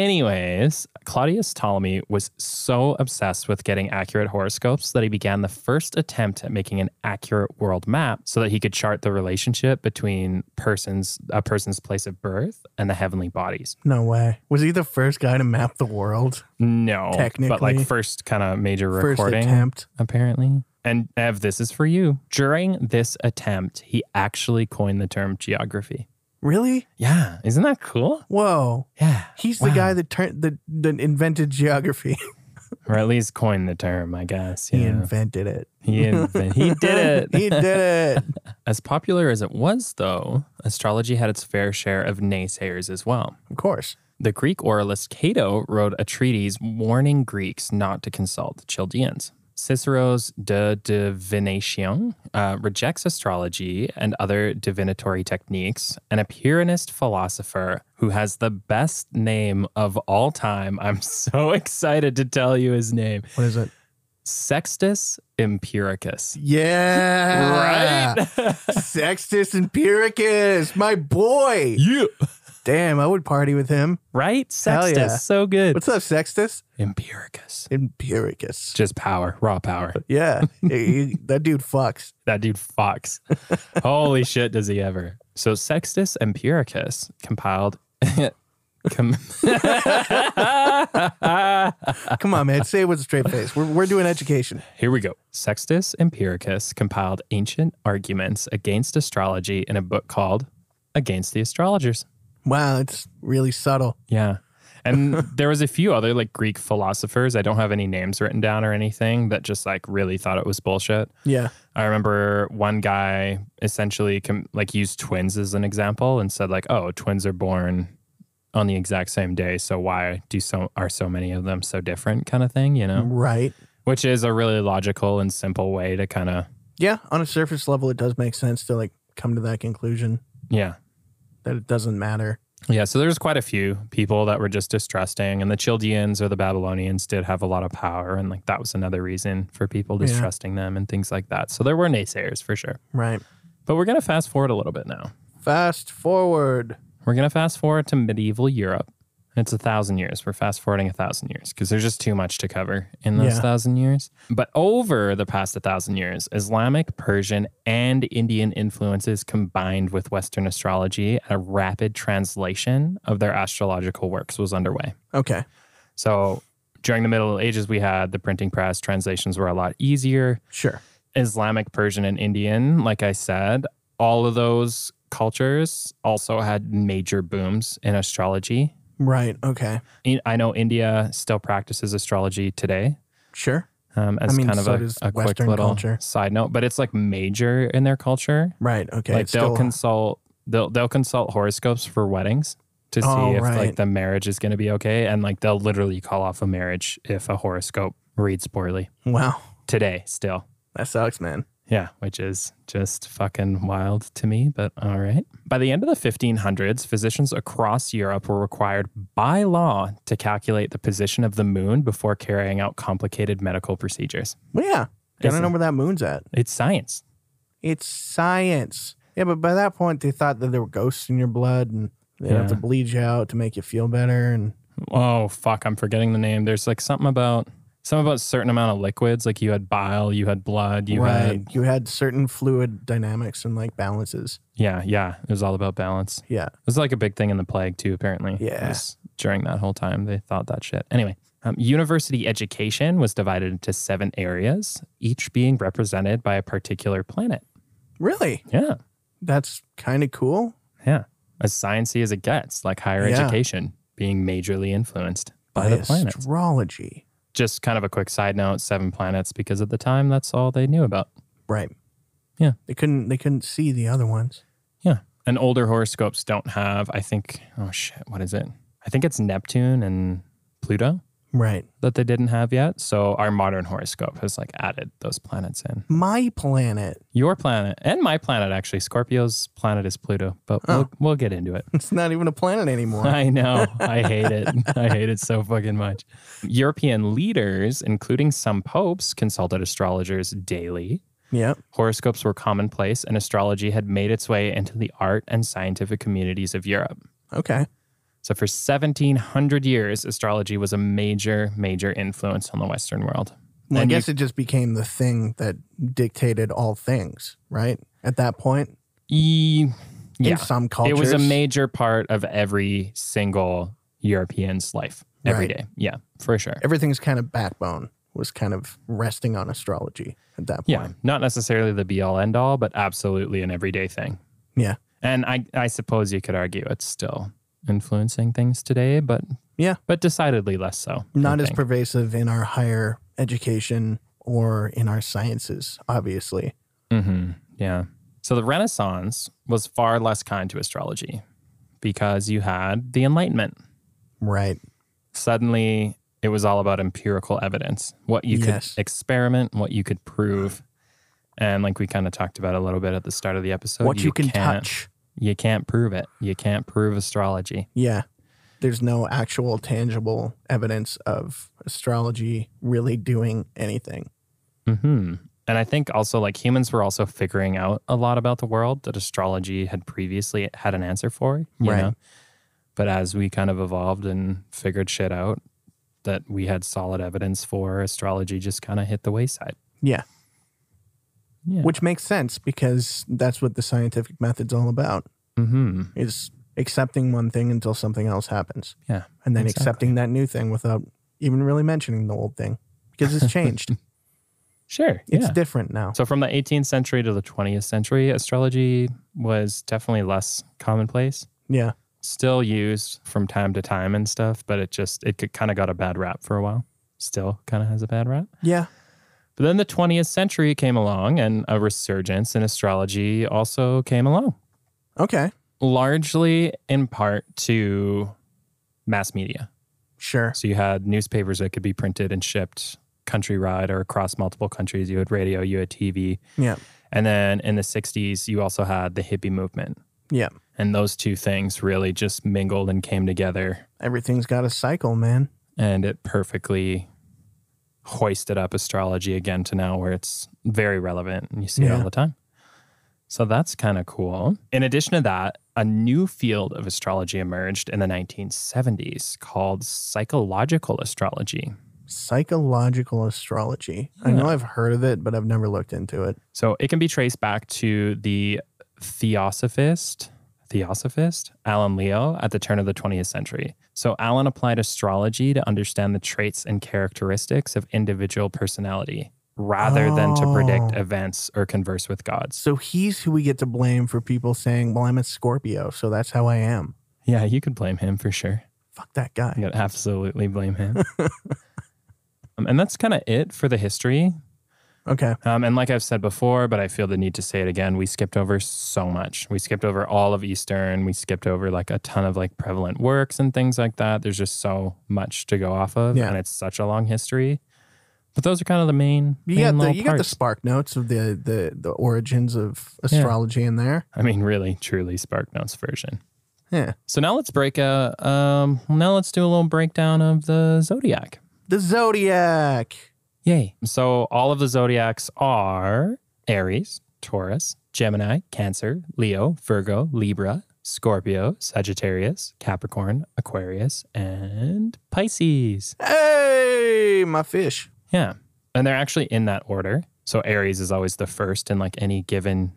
Speaker 2: Anyways, Claudius Ptolemy was so obsessed with getting accurate horoscopes that he began the first attempt at making an accurate world map so that he could chart the relationship between persons a person's place of birth and the heavenly bodies.
Speaker 1: no way. Was he the first guy to map the world?
Speaker 2: No, but
Speaker 1: Technically.
Speaker 2: like first kind of major recording
Speaker 1: First attempt.
Speaker 2: apparently. And Ev, this is for you. During this attempt, he actually coined the term geography.
Speaker 1: Really?
Speaker 2: Yeah, isn't that cool?
Speaker 1: Whoa.
Speaker 2: Yeah.
Speaker 1: He's the
Speaker 2: Wow.
Speaker 1: guy that turned that, that invented geography. *laughs*
Speaker 2: or at least coined the term, I guess.
Speaker 1: he
Speaker 2: Yeah.
Speaker 1: invented it.
Speaker 2: He, invent- he
Speaker 1: *laughs*
Speaker 2: did it.
Speaker 1: he did it.
Speaker 2: As popular as it was, though, astrology had its fair share of naysayers as well.
Speaker 1: Of course.
Speaker 2: The Greek oralist Cato wrote a treatise warning Greeks not to consult the Chaldeans. Cicero's De Divination uh, rejects astrology and other divinatory techniques, and a Pyrrhonist philosopher who has the best name of all time. I'm *laughs* so excited to tell you his name
Speaker 1: What is
Speaker 2: *laughs*
Speaker 1: it?
Speaker 2: Sextus Empiricus.
Speaker 1: Yeah.
Speaker 2: Right?
Speaker 1: Ah. Sextus Empiricus, my boy.
Speaker 2: you.
Speaker 1: Damn, I would party with him.
Speaker 2: Right?
Speaker 1: Hell
Speaker 2: Sextus.
Speaker 1: yeah.
Speaker 2: So good.
Speaker 1: What's up, Sextus?
Speaker 2: Empiricus.
Speaker 1: Empiricus.
Speaker 2: Just power, raw power.
Speaker 1: Yeah, he- he- that dude fucks.
Speaker 2: That dude fucks. Holy shit, does he ever? So Sextus Empiricus compiled. *laughs* com- *laughs*
Speaker 1: Come on, man. Say it with a straight face. We're, we're doing education.
Speaker 2: Here we go. Sextus Empiricus compiled ancient arguments against astrology in a book called Against the Astrologers.
Speaker 1: Wow, it's really subtle.
Speaker 2: Yeah. And there was a few other like Greek philosophers. I don't have any names written down or anything that just like really thought it was bullshit.
Speaker 1: Yeah.
Speaker 2: I remember one guy essentially com- like used twins as an example and said like, "Oh, twins are born on the exact same day, so why do so are so many of them so different?" kind of thing, you know.
Speaker 1: Right.
Speaker 2: Which is a really logical and simple way to kind of
Speaker 1: Yeah, on a surface level, it does make sense to like come to that conclusion
Speaker 2: yeah.
Speaker 1: that it doesn't matter.
Speaker 2: Yeah, so there's quite a few people that were just distrusting and the Chaldeans or the Babylonians did have a lot of power and like that was another reason for people
Speaker 1: Yeah.
Speaker 2: distrusting them and things like that. So there were naysayers for sure.
Speaker 1: Right.
Speaker 2: But we're going to fast forward a little bit now.
Speaker 1: Fast forward.
Speaker 2: We're going to fast forward to medieval Europe. It's a thousand years. We're fast forwarding a thousand years because there's just too much to cover in those
Speaker 1: Yeah.
Speaker 2: thousand years. But over the past a thousand years, Islamic, Persian, and Indian influences combined with Western astrology, and a rapid translation of their astrological works was underway.
Speaker 1: Okay.
Speaker 2: So during the Middle Ages, we had the printing press, translations were a lot easier.
Speaker 1: Sure.
Speaker 2: Islamic, Persian, and Indian, like I said, all of those cultures also had major booms in astrology.
Speaker 1: Right. Okay.
Speaker 2: In- I know India still practices astrology today.
Speaker 1: Sure.
Speaker 2: Um, as
Speaker 1: I mean,
Speaker 2: kind of
Speaker 1: so
Speaker 2: a,
Speaker 1: does
Speaker 2: a quick
Speaker 1: Western
Speaker 2: little
Speaker 1: culture.
Speaker 2: side note, but it's like major in their culture.
Speaker 1: Right. Okay.
Speaker 2: like
Speaker 1: It's
Speaker 2: they'll
Speaker 1: still-
Speaker 2: consult they'll they'll consult horoscopes for weddings to see
Speaker 1: Oh,
Speaker 2: if like
Speaker 1: right.
Speaker 2: the marriage is going to be okay, and like they'll literally call off a marriage if a horoscope reads poorly
Speaker 1: wow.
Speaker 2: today. Still,
Speaker 1: That sucks, man.
Speaker 2: yeah, which is just fucking wild to me, but all right. By the end of the 1500s, physicians across Europe were required by law to calculate the position of the moon before carrying out complicated medical procedures.
Speaker 1: Well, yeah. Gotta
Speaker 2: Isn't-
Speaker 1: know where that moon's at.
Speaker 2: It's science.
Speaker 1: It's science. Yeah, but by that point, they thought that there were ghosts in your blood and they would have to
Speaker 2: Yeah.
Speaker 1: bleed you out to make you feel better. And
Speaker 2: Oh fuck, I'm forgetting the name. There's like something about some about certain amount of liquids. Like you had bile, you had blood, you
Speaker 1: right,
Speaker 2: had
Speaker 1: you had certain fluid dynamics and like balances.
Speaker 2: yeah, yeah. It was all about balance.
Speaker 1: Yeah.
Speaker 2: It was like a big thing in the plague too. Apparently, It
Speaker 1: Yeah.
Speaker 2: was during that whole time they thought that shit. Anyway, um, university education was divided into seven areas, each being represented by a particular planet.
Speaker 1: Really?
Speaker 2: Yeah,
Speaker 1: That's kind of cool.
Speaker 2: yeah. As sciencey as it gets, like higher
Speaker 1: Yeah.
Speaker 2: education being majorly influenced by the planets.
Speaker 1: astrology.
Speaker 2: just kind of a quick side note seven planets because at the time that's all they knew about
Speaker 1: Right.
Speaker 2: Yeah.
Speaker 1: They couldn't they couldn't see the other ones.
Speaker 2: yeah and older horoscopes don't have i think oh shit what is it i think it's neptune and pluto
Speaker 1: Right.
Speaker 2: that they didn't have yet so our modern horoscope has like added those planets in
Speaker 1: My planet. *laughs*
Speaker 2: your planet and my planet actually scorpio's planet is pluto but we'll, we'll get into it
Speaker 1: It's not even a planet anymore.
Speaker 2: *laughs* I know. I hate it. I hate it so fucking much. European leaders, including some popes, consulted astrologers daily
Speaker 1: yep.
Speaker 2: horoscopes were commonplace and astrology had made its way into the art and scientific communities of Europe.
Speaker 1: Okay.
Speaker 2: So for 1700 years, astrology was a major, major influence on the Western world.
Speaker 1: Well, I
Speaker 2: And you-
Speaker 1: guess it just became the thing that dictated all things, right? At that point,
Speaker 2: E-
Speaker 1: in
Speaker 2: yeah,
Speaker 1: some
Speaker 2: it
Speaker 1: cultures,
Speaker 2: was a major part of every single European's life every day.
Speaker 1: Right.
Speaker 2: Yeah, for sure.
Speaker 1: everything's kind of backbone was kind of resting on astrology at that point.
Speaker 2: Yeah, not necessarily the be all end all, but absolutely an everyday thing.
Speaker 1: Yeah.
Speaker 2: And I, I suppose you could argue it's still influencing things today, but
Speaker 1: Yeah.
Speaker 2: but decidedly less so. I
Speaker 1: Not as
Speaker 2: think.
Speaker 1: pervasive in our higher education or in our sciences, obviously.
Speaker 2: Mm-hmm. Yeah. So the Renaissance was far less kind to astrology because you had the Enlightenment.
Speaker 1: Right.
Speaker 2: Suddenly, it was all about empirical evidence, what you
Speaker 1: Yes.
Speaker 2: could experiment, what you could prove. And like we kind of talked about a little bit at the start of the episode,
Speaker 1: what you, can
Speaker 2: can't-
Speaker 1: touch.
Speaker 2: You can't prove it. You can't prove astrology.
Speaker 1: Yeah. There's no actual tangible evidence of astrology really doing anything.
Speaker 2: hmm And I think also like humans were also figuring out a lot about the world that astrology had previously had an answer for, you
Speaker 1: Right.
Speaker 2: know. But as we kind of evolved and figured shit out that we had solid evidence for, astrology just kind of hit the wayside.
Speaker 1: Yeah.
Speaker 2: Yeah.
Speaker 1: Which makes sense because that's what the scientific method's all about
Speaker 2: hmm
Speaker 1: is accepting one thing until something else happens.
Speaker 2: Yeah,
Speaker 1: And then
Speaker 2: exactly.
Speaker 1: accepting that new thing without even really mentioning the old thing because it's
Speaker 2: *laughs*
Speaker 1: changed.
Speaker 2: Sure.
Speaker 1: it's
Speaker 2: yeah.
Speaker 1: different now.
Speaker 2: So from the 18th century to the 20th century, astrology was definitely less commonplace.
Speaker 1: Yeah.
Speaker 2: Still used from time to time and stuff, but it just it kind of got a bad rap for a while. Still kind of has a bad rap.
Speaker 1: Yeah.
Speaker 2: But then the 20th century came along and a resurgence in astrology also came along,
Speaker 1: Okay.
Speaker 2: largely in part to mass media.
Speaker 1: Sure.
Speaker 2: So you had newspapers that could be printed and shipped countrywide or across multiple countries. You had radio, you had TV.
Speaker 1: Yeah.
Speaker 2: And then in the 60s, you also had the hippie movement.
Speaker 1: Yeah.
Speaker 2: And those two things really just mingled and came together.
Speaker 1: Everything's got a cycle, man.
Speaker 2: And it perfectly hoisted up astrology again to now where it's very relevant and you see it
Speaker 1: Yeah.
Speaker 2: all the time. So that's kind of cool. In addition to that, a new field of astrology emerged in the 1970s called psychological astrology.
Speaker 1: Psychological astrology. I know I've heard of it, but I've never looked into it.
Speaker 2: So it can be traced back to the theosophist, theosophist Alan Leo at the turn of the 20th century. So Alan applied astrology to understand the traits and characteristics of individual personality rather than to predict
Speaker 1: Oh.
Speaker 2: events or converse with gods.
Speaker 1: So he's who we get to blame for people saying, well, I'm a Scorpio, so that's how I am.
Speaker 2: Yeah, you could blame him for sure.
Speaker 1: Fuck that guy.
Speaker 2: You could absolutely blame him. *laughs* Um, and that's kind of it for the history.
Speaker 1: Okay.
Speaker 2: Um, and like I've said before, but I feel the need to say it again, we skipped over so much. We skipped over all of Eastern. We skipped over like a ton of like prevalent works and things like that. There's just so much to go off of,
Speaker 1: Yeah.
Speaker 2: and it's such a long history. But those are kind of the main.
Speaker 1: You
Speaker 2: main
Speaker 1: got the
Speaker 2: little
Speaker 1: you got the
Speaker 2: parts.
Speaker 1: spark notes of the the the origins of astrology in there.
Speaker 2: I mean, really, truly, Spark Notes version.
Speaker 1: Yeah.
Speaker 2: So now let's break a. Um, now let's do a little breakdown of the zodiac.
Speaker 1: The zodiac.
Speaker 2: Yay. So all of the zodiacs are Aries, Taurus, Gemini, Cancer, Leo, Virgo, Libra, Scorpio, Sagittarius, Capricorn, Aquarius, and Pisces.
Speaker 1: Hey, my fish.
Speaker 2: Yeah. And they're actually in that order. So Aries is always the first in like any given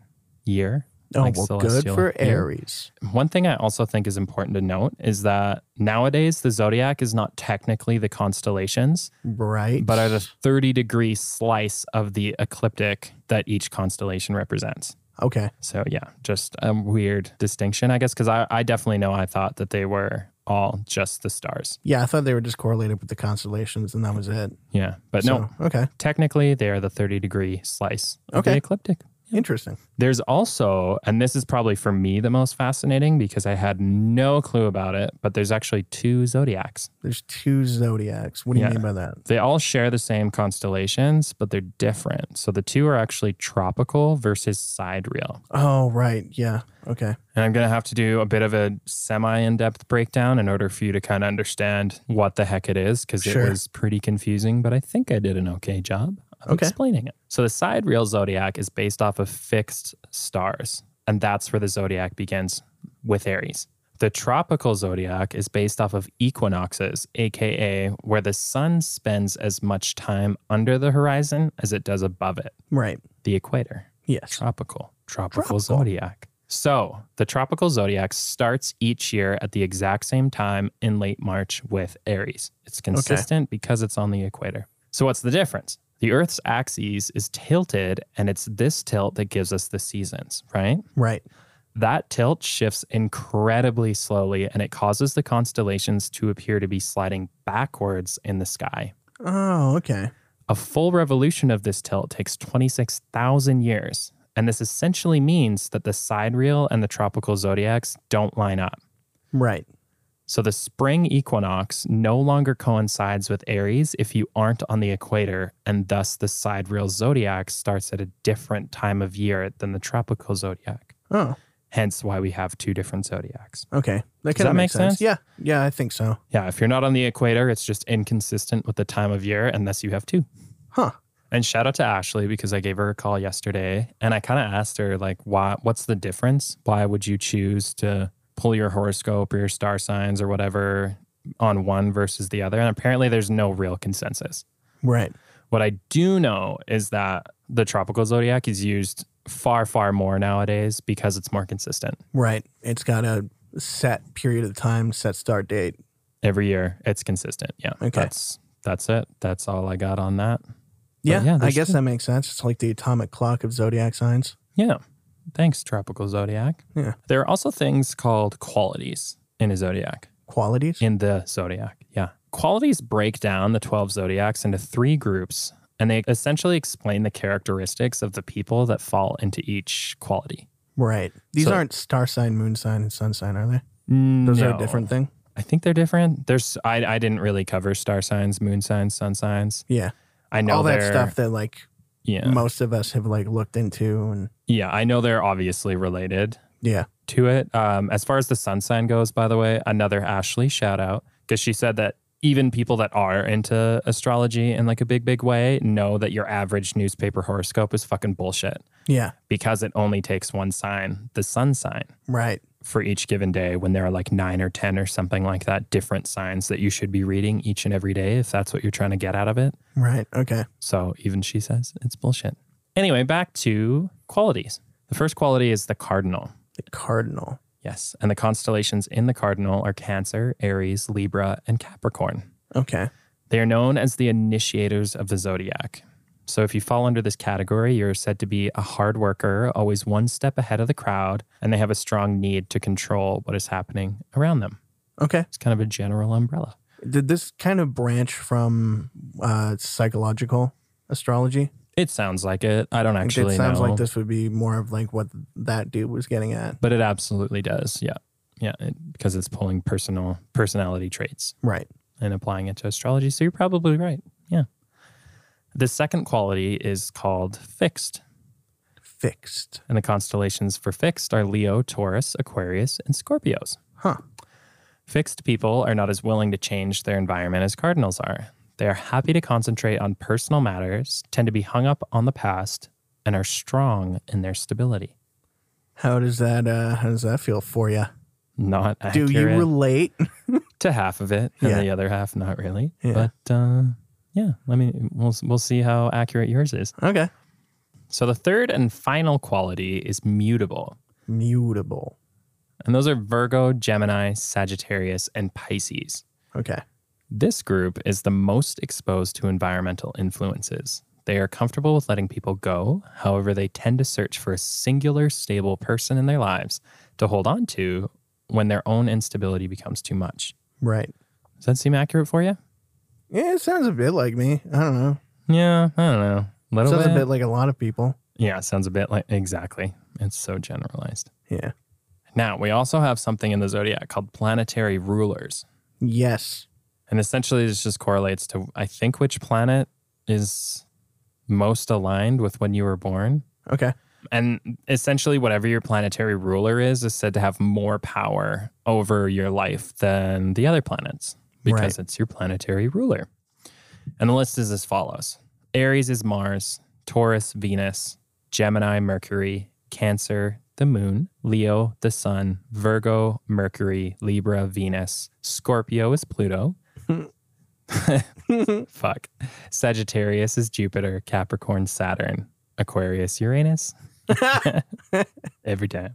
Speaker 2: year.
Speaker 1: Oh,
Speaker 2: like
Speaker 1: well, good
Speaker 2: celestial
Speaker 1: for
Speaker 2: year.
Speaker 1: Aries.
Speaker 2: One thing I also think is important to note is that nowadays the zodiac is not technically the constellations,
Speaker 1: Right.
Speaker 2: but are the 30 degree slice of the ecliptic that each constellation represents.
Speaker 1: okay.
Speaker 2: So, yeah, just a weird distinction, I guess, because I, I definitely know I thought that they were all just the stars.
Speaker 1: Yeah, I thought they were just correlated with the constellations, and that was it.
Speaker 2: Yeah. But no,
Speaker 1: So, okay.
Speaker 2: technically, they are the 30 degree slice of the
Speaker 1: Okay.
Speaker 2: ecliptic.
Speaker 1: Interesting.
Speaker 2: There's also, and this is probably for me the most fascinating because I had no clue about it, but there's actually two zodiacs.
Speaker 1: There's two zodiacs. What do
Speaker 2: Yeah.
Speaker 1: you mean by that?
Speaker 2: They all share the same constellations, but they're different. So the two are actually tropical versus sidereal.
Speaker 1: Oh, right. Yeah. Okay.
Speaker 2: And I'm going to have to do a bit of a semi in depth breakdown in order for you to kind of understand what the heck it is, because
Speaker 1: Sure.
Speaker 2: it was pretty confusing, but I think I did an okay job of
Speaker 1: Okay.
Speaker 2: explaining it. So, the sidereal zodiac is based off of fixed stars, and that's where the zodiac begins with Aries. The tropical zodiac is based off of equinoxes, aka where the sun spends as much time under the horizon as it does above it,
Speaker 1: Right.
Speaker 2: the equator.
Speaker 1: Yes.
Speaker 2: Tropical. Tropical,
Speaker 1: Tropical.
Speaker 2: zodiac. So the tropical zodiac starts each year at the exact same time in late March with Aries. It's consistent because it's on the equator. So what's the difference? The Earth's axis is tilted, and it's this tilt that gives us the seasons, right?
Speaker 1: Right.
Speaker 2: That tilt shifts incredibly slowly, and it causes the constellations to appear to be sliding backwards in the sky.
Speaker 1: Oh, okay.
Speaker 2: A full revolution of this tilt takes 26,000 years, and this essentially means that the sidereal and the tropical zodiacs don't line up.
Speaker 1: Right.
Speaker 2: So the spring equinox no longer coincides with Aries if you aren't on the equator, and thus the sidereal zodiac starts at a different time of year than the tropical zodiac.
Speaker 1: Oh,
Speaker 2: Hence why we have two different zodiacs.
Speaker 1: okay. That
Speaker 2: Does
Speaker 1: kind of
Speaker 2: that make
Speaker 1: makes sense.
Speaker 2: sense?
Speaker 1: Yeah. Yeah, I think so.
Speaker 2: Yeah, if you're not on the equator, it's just inconsistent with the time of year, and thus you have two.
Speaker 1: Huh.
Speaker 2: And shout out to Ashley because I gave her a call yesterday and I kind of asked her like why what's the difference? Why would you choose to pull your horoscope or your star signs or whatever on one versus the other? And apparently there's no real consensus.
Speaker 1: Right.
Speaker 2: What I do know is that the tropical zodiac is used far far more nowadays because it's more consistent.
Speaker 1: Right. It's got a set period of time, set start date.
Speaker 2: Every year it's consistent. Yeah.
Speaker 1: Okay.
Speaker 2: That's that's it. That's all I got on that.
Speaker 1: Yeah.
Speaker 2: yeah,
Speaker 1: I
Speaker 2: there's
Speaker 1: guess
Speaker 2: two.
Speaker 1: that makes sense. It's like the atomic clock of zodiac signs.
Speaker 2: Yeah. Thanks, Tropical Zodiac.
Speaker 1: Yeah.
Speaker 2: There are also things called qualities in a zodiac,
Speaker 1: Qualities.
Speaker 2: in the zodiac. Yeah. Qualities break down the 12 zodiacs into three groups, and they essentially explain the characteristics of the people that fall into each quality.
Speaker 1: Right. These
Speaker 2: So-
Speaker 1: aren't star sign, moon sign, and sun sign, are they?
Speaker 2: No.
Speaker 1: Those are a different thing.
Speaker 2: I think they're different. There's I, I didn't really cover star signs, moon signs, sun signs.
Speaker 1: Yeah.
Speaker 2: I know
Speaker 1: All that
Speaker 2: they're-
Speaker 1: stuff that like
Speaker 2: Yeah.
Speaker 1: most of us have like looked into and
Speaker 2: yeah, I know they're obviously related.
Speaker 1: yeah.
Speaker 2: to it. Um, as far as the sun sign goes, by the way, another Ashley shout out because she said that even people that are into astrology in like a big, big way know that your average newspaper horoscope is fucking bullshit
Speaker 1: Yeah.
Speaker 2: because it only takes one sign, the sun sign,
Speaker 1: Right.
Speaker 2: for each given day when there are like nine or 10 or something like that, different signs that you should be reading each and every day if that's what you're trying to get out of it.
Speaker 1: Right. Okay.
Speaker 2: So even she says it's bullshit. Anyway, back to qualities. The first quality is the cardinal.
Speaker 1: The cardinal.
Speaker 2: Yes. And the constellations in the cardinal are Cancer, Aries, Libra, and Capricorn.
Speaker 1: Okay.
Speaker 2: They are known as the initiators of the zodiac. So if you fall under this category, you're said to be a hard worker, always one step ahead of the crowd, and they have a strong need to control what is happening around them.
Speaker 1: Okay.
Speaker 2: It's kind of a general umbrella.
Speaker 1: Did this kind of branch from uh, psychological astrology?
Speaker 2: It sounds like it. I don't actually
Speaker 1: it sounds
Speaker 2: know.
Speaker 1: like this would be more of like what that dude was getting at.
Speaker 2: But it absolutely does. Yeah. Yeah, it, because it's pulling personal personality traits.
Speaker 1: Right.
Speaker 2: and applying it to astrology. So you're probably right. Yeah. The second quality is called fixed.
Speaker 1: Fixed.
Speaker 2: And the constellations for fixed are Leo, Taurus, Aquarius, and Scorpios.
Speaker 1: Huh.
Speaker 2: Fixed people are not as willing to change their environment as cardinals are. They are happy to concentrate on personal matters, tend to be hung up on the past, and are strong in their stability.
Speaker 1: How does that uh how does that feel for you?
Speaker 2: Not
Speaker 1: Do
Speaker 2: accurate
Speaker 1: you relate? *laughs*
Speaker 2: to half of it, and
Speaker 1: Yeah.
Speaker 2: the other half not really.
Speaker 1: Yeah.
Speaker 2: But uh, yeah, let me. We'll we'll see how accurate yours is.
Speaker 1: Okay.
Speaker 2: So the third and final quality is mutable.
Speaker 1: Mutable.
Speaker 2: And those are Virgo, Gemini, Sagittarius, and Pisces.
Speaker 1: Okay.
Speaker 2: This group is the most exposed to environmental influences. They are comfortable with letting people go. However, they tend to search for a singular, stable person in their lives to hold on to when their own instability becomes too much.
Speaker 1: Right.
Speaker 2: Does that seem accurate for you?
Speaker 1: Yeah, it sounds a bit like me. I don't know.
Speaker 2: Yeah, I don't know. Little
Speaker 1: sounds a
Speaker 2: bit.
Speaker 1: bit like a lot of people.
Speaker 2: yeah, it sounds a bit like exactly. It's so generalized.
Speaker 1: Yeah.
Speaker 2: Now, we also have something in the zodiac called planetary rulers.
Speaker 1: Yes.
Speaker 2: And essentially, this just correlates to, I think, which planet is most aligned with when you were born. *laughs*
Speaker 1: Okay.
Speaker 2: And essentially, whatever your planetary ruler is, is said to have more power over your life than the other planets because
Speaker 1: Right.
Speaker 2: it's your planetary ruler. And the list is as follows Aries is Mars, Taurus, Venus, Gemini, Mercury, Cancer, the Moon, Leo, the Sun, Virgo, Mercury, Libra, Venus, Scorpio is Pluto. Fuck. Sagittarius is Jupiter, Capricorn, Saturn, Aquarius, Uranus. *laughs* Every time.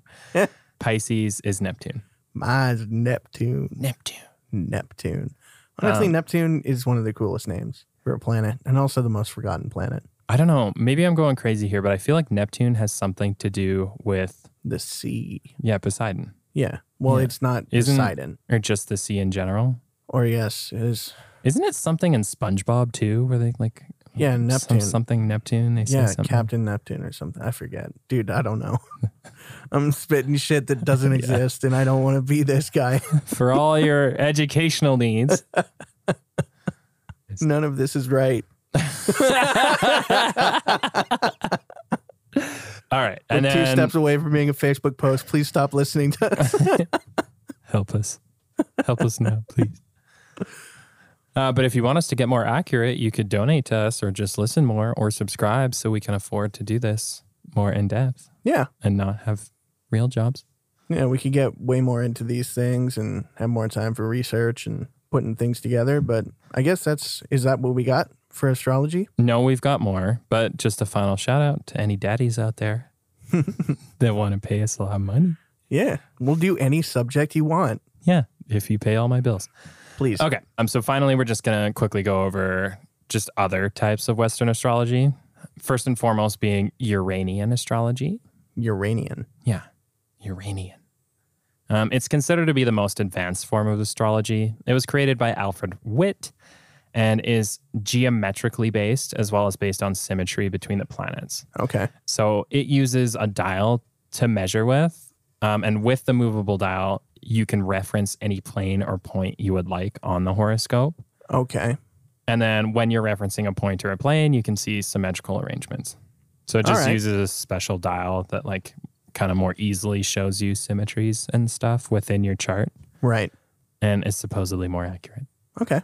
Speaker 2: Pisces is Neptune.
Speaker 1: Mine's Neptune.
Speaker 2: Neptune.
Speaker 1: Neptune. Honestly,
Speaker 2: Um,
Speaker 1: Neptune is one of the coolest names for a planet and also the most forgotten planet.
Speaker 2: I don't know. Maybe I'm going crazy here, but I feel like Neptune has something to do with,
Speaker 1: The sea.
Speaker 2: yeah, Poseidon
Speaker 1: Yeah. Well,
Speaker 2: Yeah.
Speaker 1: it's not
Speaker 2: Isn't-
Speaker 1: Poseidon.
Speaker 2: or just the sea in general.
Speaker 1: Or yes, it is.
Speaker 2: Isn't it something in SpongeBob too, where they like
Speaker 1: Yeah,
Speaker 2: some-
Speaker 1: Neptune.
Speaker 2: something Neptune? They say
Speaker 1: yeah,
Speaker 2: something.
Speaker 1: Captain Neptune or something. I forget. Dude, I don't know. *laughs* I'm spitting shit that
Speaker 2: *laughs*
Speaker 1: doesn't exist, and I don't want to be this guy.
Speaker 2: *laughs* for all
Speaker 1: *laughs*
Speaker 2: your educational needs.
Speaker 1: None of this is
Speaker 2: *laughs*
Speaker 1: right.
Speaker 2: All right.
Speaker 1: We're
Speaker 2: And
Speaker 1: two
Speaker 2: then
Speaker 1: steps away from being a Facebook post. Please stop listening to us.
Speaker 2: help us. Help us now, please. *laughs* Uh, but if you want us to get more accurate, you could donate to us or just listen more or subscribe so we can afford to do this more in depth
Speaker 1: *laughs* yeah.
Speaker 2: and not have real jobs.
Speaker 1: Yeah, we could get way more into these things and have more time for research and putting things together. But I guess that's is that what we got for astrology?
Speaker 2: No, we've got more, but just a final shout out to any daddies out *laughs* there that want to pay us a lot of money.
Speaker 1: Yeah. We'll do any subject you want.
Speaker 2: Yeah, if you pay all my bills.
Speaker 1: Please.
Speaker 2: Okay. Um, so finally, we're just going to quickly go over just other types of Western astrology. First and foremost, being Uranian astrology.
Speaker 1: Uranian.
Speaker 2: Yeah, Uranian. Um, it's considered to be the most advanced form of astrology. It was created by Alfred Witt and is geometrically based as well as based on symmetry between the planets.
Speaker 1: Okay.
Speaker 2: So it uses a dial to measure with. Um, and with the movable dial, you can reference any plane or point you would like on the horoscope.
Speaker 1: Okay.
Speaker 2: And then when you're referencing a point or a plane, you can see symmetrical arrangements. So it
Speaker 1: All
Speaker 2: just
Speaker 1: right.
Speaker 2: uses a special dial that, like, kind of more easily shows you symmetries and stuff within your chart
Speaker 1: Right.
Speaker 2: and is supposedly more accurate.
Speaker 1: Okay.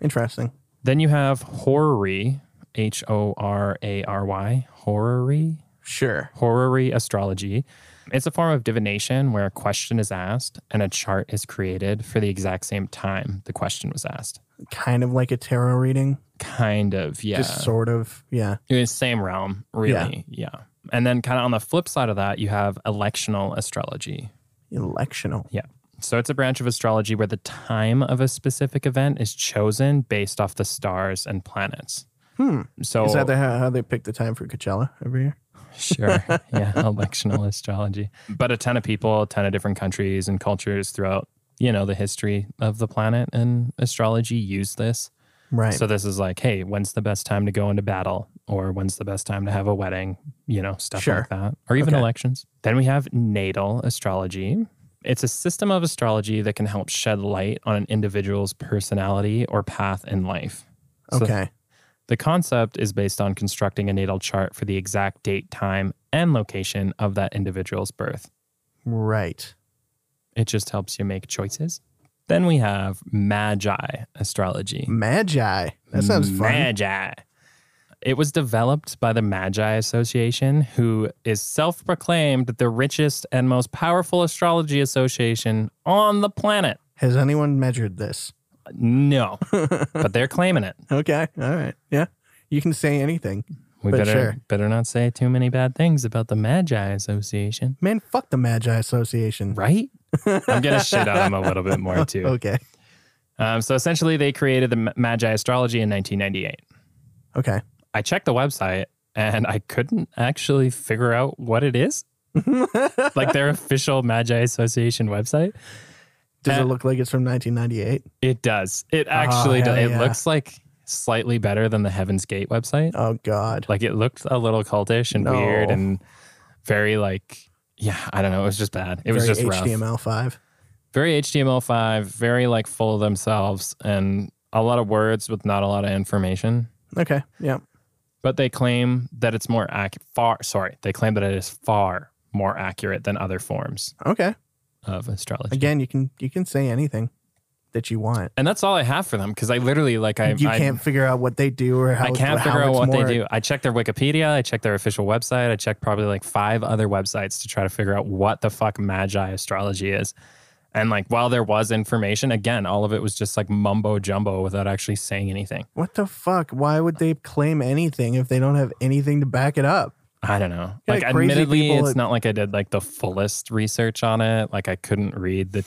Speaker 1: Interesting.
Speaker 2: Then you have Horary, H O R A R Y, Horary.
Speaker 1: Sure.
Speaker 2: Horary astrology. It's a form of divination where a question is asked and a chart is created for the exact same time the question was asked.
Speaker 1: Kind of like a tarot reading.
Speaker 2: Kind of, yeah.
Speaker 1: Just sort of. Yeah.
Speaker 2: In the same realm, really. Yeah. And then kind of on the flip side of that, you have electional astrology.
Speaker 1: Electional.
Speaker 2: Yeah. So it's a branch of astrology where the time of a specific event is chosen based off the stars and planets.
Speaker 1: Hmm.
Speaker 2: So
Speaker 1: Is that the, how how they pick the time for Coachella every year?
Speaker 2: *laughs* Sure. Yeah. *laughs* Electional astrology. But a ton of people, a ton of different countries and cultures throughout, you know, the history of the planet and astrology use this.
Speaker 1: Right.
Speaker 2: So this is like, hey, when's the best time to go into battle? Or when's the best time to have a wedding? You know, stuff
Speaker 1: Sure.
Speaker 2: like that. Or even
Speaker 1: Okay.
Speaker 2: elections. Then we have natal astrology. It's a system of astrology that can help shed light on an individual's personality or path in life. So
Speaker 1: okay.
Speaker 2: the concept is based on constructing a natal chart for the exact date, time, and location of that individual's birth.
Speaker 1: Right.
Speaker 2: It just helps you make choices. Then we have Magi astrology.
Speaker 1: Magi. That sounds fun.
Speaker 2: Magi. It was developed by the Magi Association, who is self proclaimed the richest and most powerful astrology association on the planet.
Speaker 1: Has anyone measured this? *laughs*
Speaker 2: No, but they're claiming it.
Speaker 1: Okay. All right. Yeah. You can say anything.
Speaker 2: We
Speaker 1: But
Speaker 2: better,
Speaker 1: sure.
Speaker 2: better not say too many bad things about the Magi Association.
Speaker 1: Man, fuck the Magi Association.
Speaker 2: right? I'm
Speaker 1: *laughs*
Speaker 2: gonna shit on them a little bit more too.
Speaker 1: Okay.
Speaker 2: Um, so essentially, they created the Ma- Magi astrology in 1998.
Speaker 1: Okay.
Speaker 2: I checked the website and I couldn't actually figure out what
Speaker 1: *laughs*
Speaker 2: it is, like their official Magi Association website.
Speaker 1: Does
Speaker 2: Uh,
Speaker 1: it look like it's from 1998?
Speaker 2: It does. It actually
Speaker 1: Oh, hell
Speaker 2: does. It
Speaker 1: yeah.
Speaker 2: looks like slightly better than the Heaven's Gate website.
Speaker 1: Oh God.
Speaker 2: Like it looked a little cultish and
Speaker 1: No.
Speaker 2: weird and very like yeah, I don't know. It was just bad. It was
Speaker 1: Very
Speaker 2: just rough.
Speaker 1: HTML5.
Speaker 2: very HTML5, very like full of themselves and a lot of words with not a lot of information.
Speaker 1: Okay. Yeah.
Speaker 2: But they claim that it's more accurate, far, sorry, they claim that it is far more accurate than other forms
Speaker 1: Okay.
Speaker 2: of astrology.
Speaker 1: Again, you can you can say anything that you want.
Speaker 2: And that's all I have for them because I literally, like, I,
Speaker 1: you
Speaker 2: I,
Speaker 1: can't figure out what they do or how
Speaker 2: I can't
Speaker 1: how
Speaker 2: figure out
Speaker 1: it's
Speaker 2: what
Speaker 1: more-
Speaker 2: they do. I checked their Wikipedia, I checked their official website, I checked probably like five other websites to try to figure out what the fuck Magi astrology is. And like, while there was information, again, all of it was just like mumbo jumbo without actually saying anything.
Speaker 1: What the fuck? Why would they claim anything if they don't have anything to back it up?
Speaker 2: I don't know.
Speaker 1: Yeah,
Speaker 2: Like,
Speaker 1: like crazy
Speaker 2: admittedly,
Speaker 1: people
Speaker 2: it's
Speaker 1: that-
Speaker 2: not like I did like the fullest research on it. Like, I couldn't read the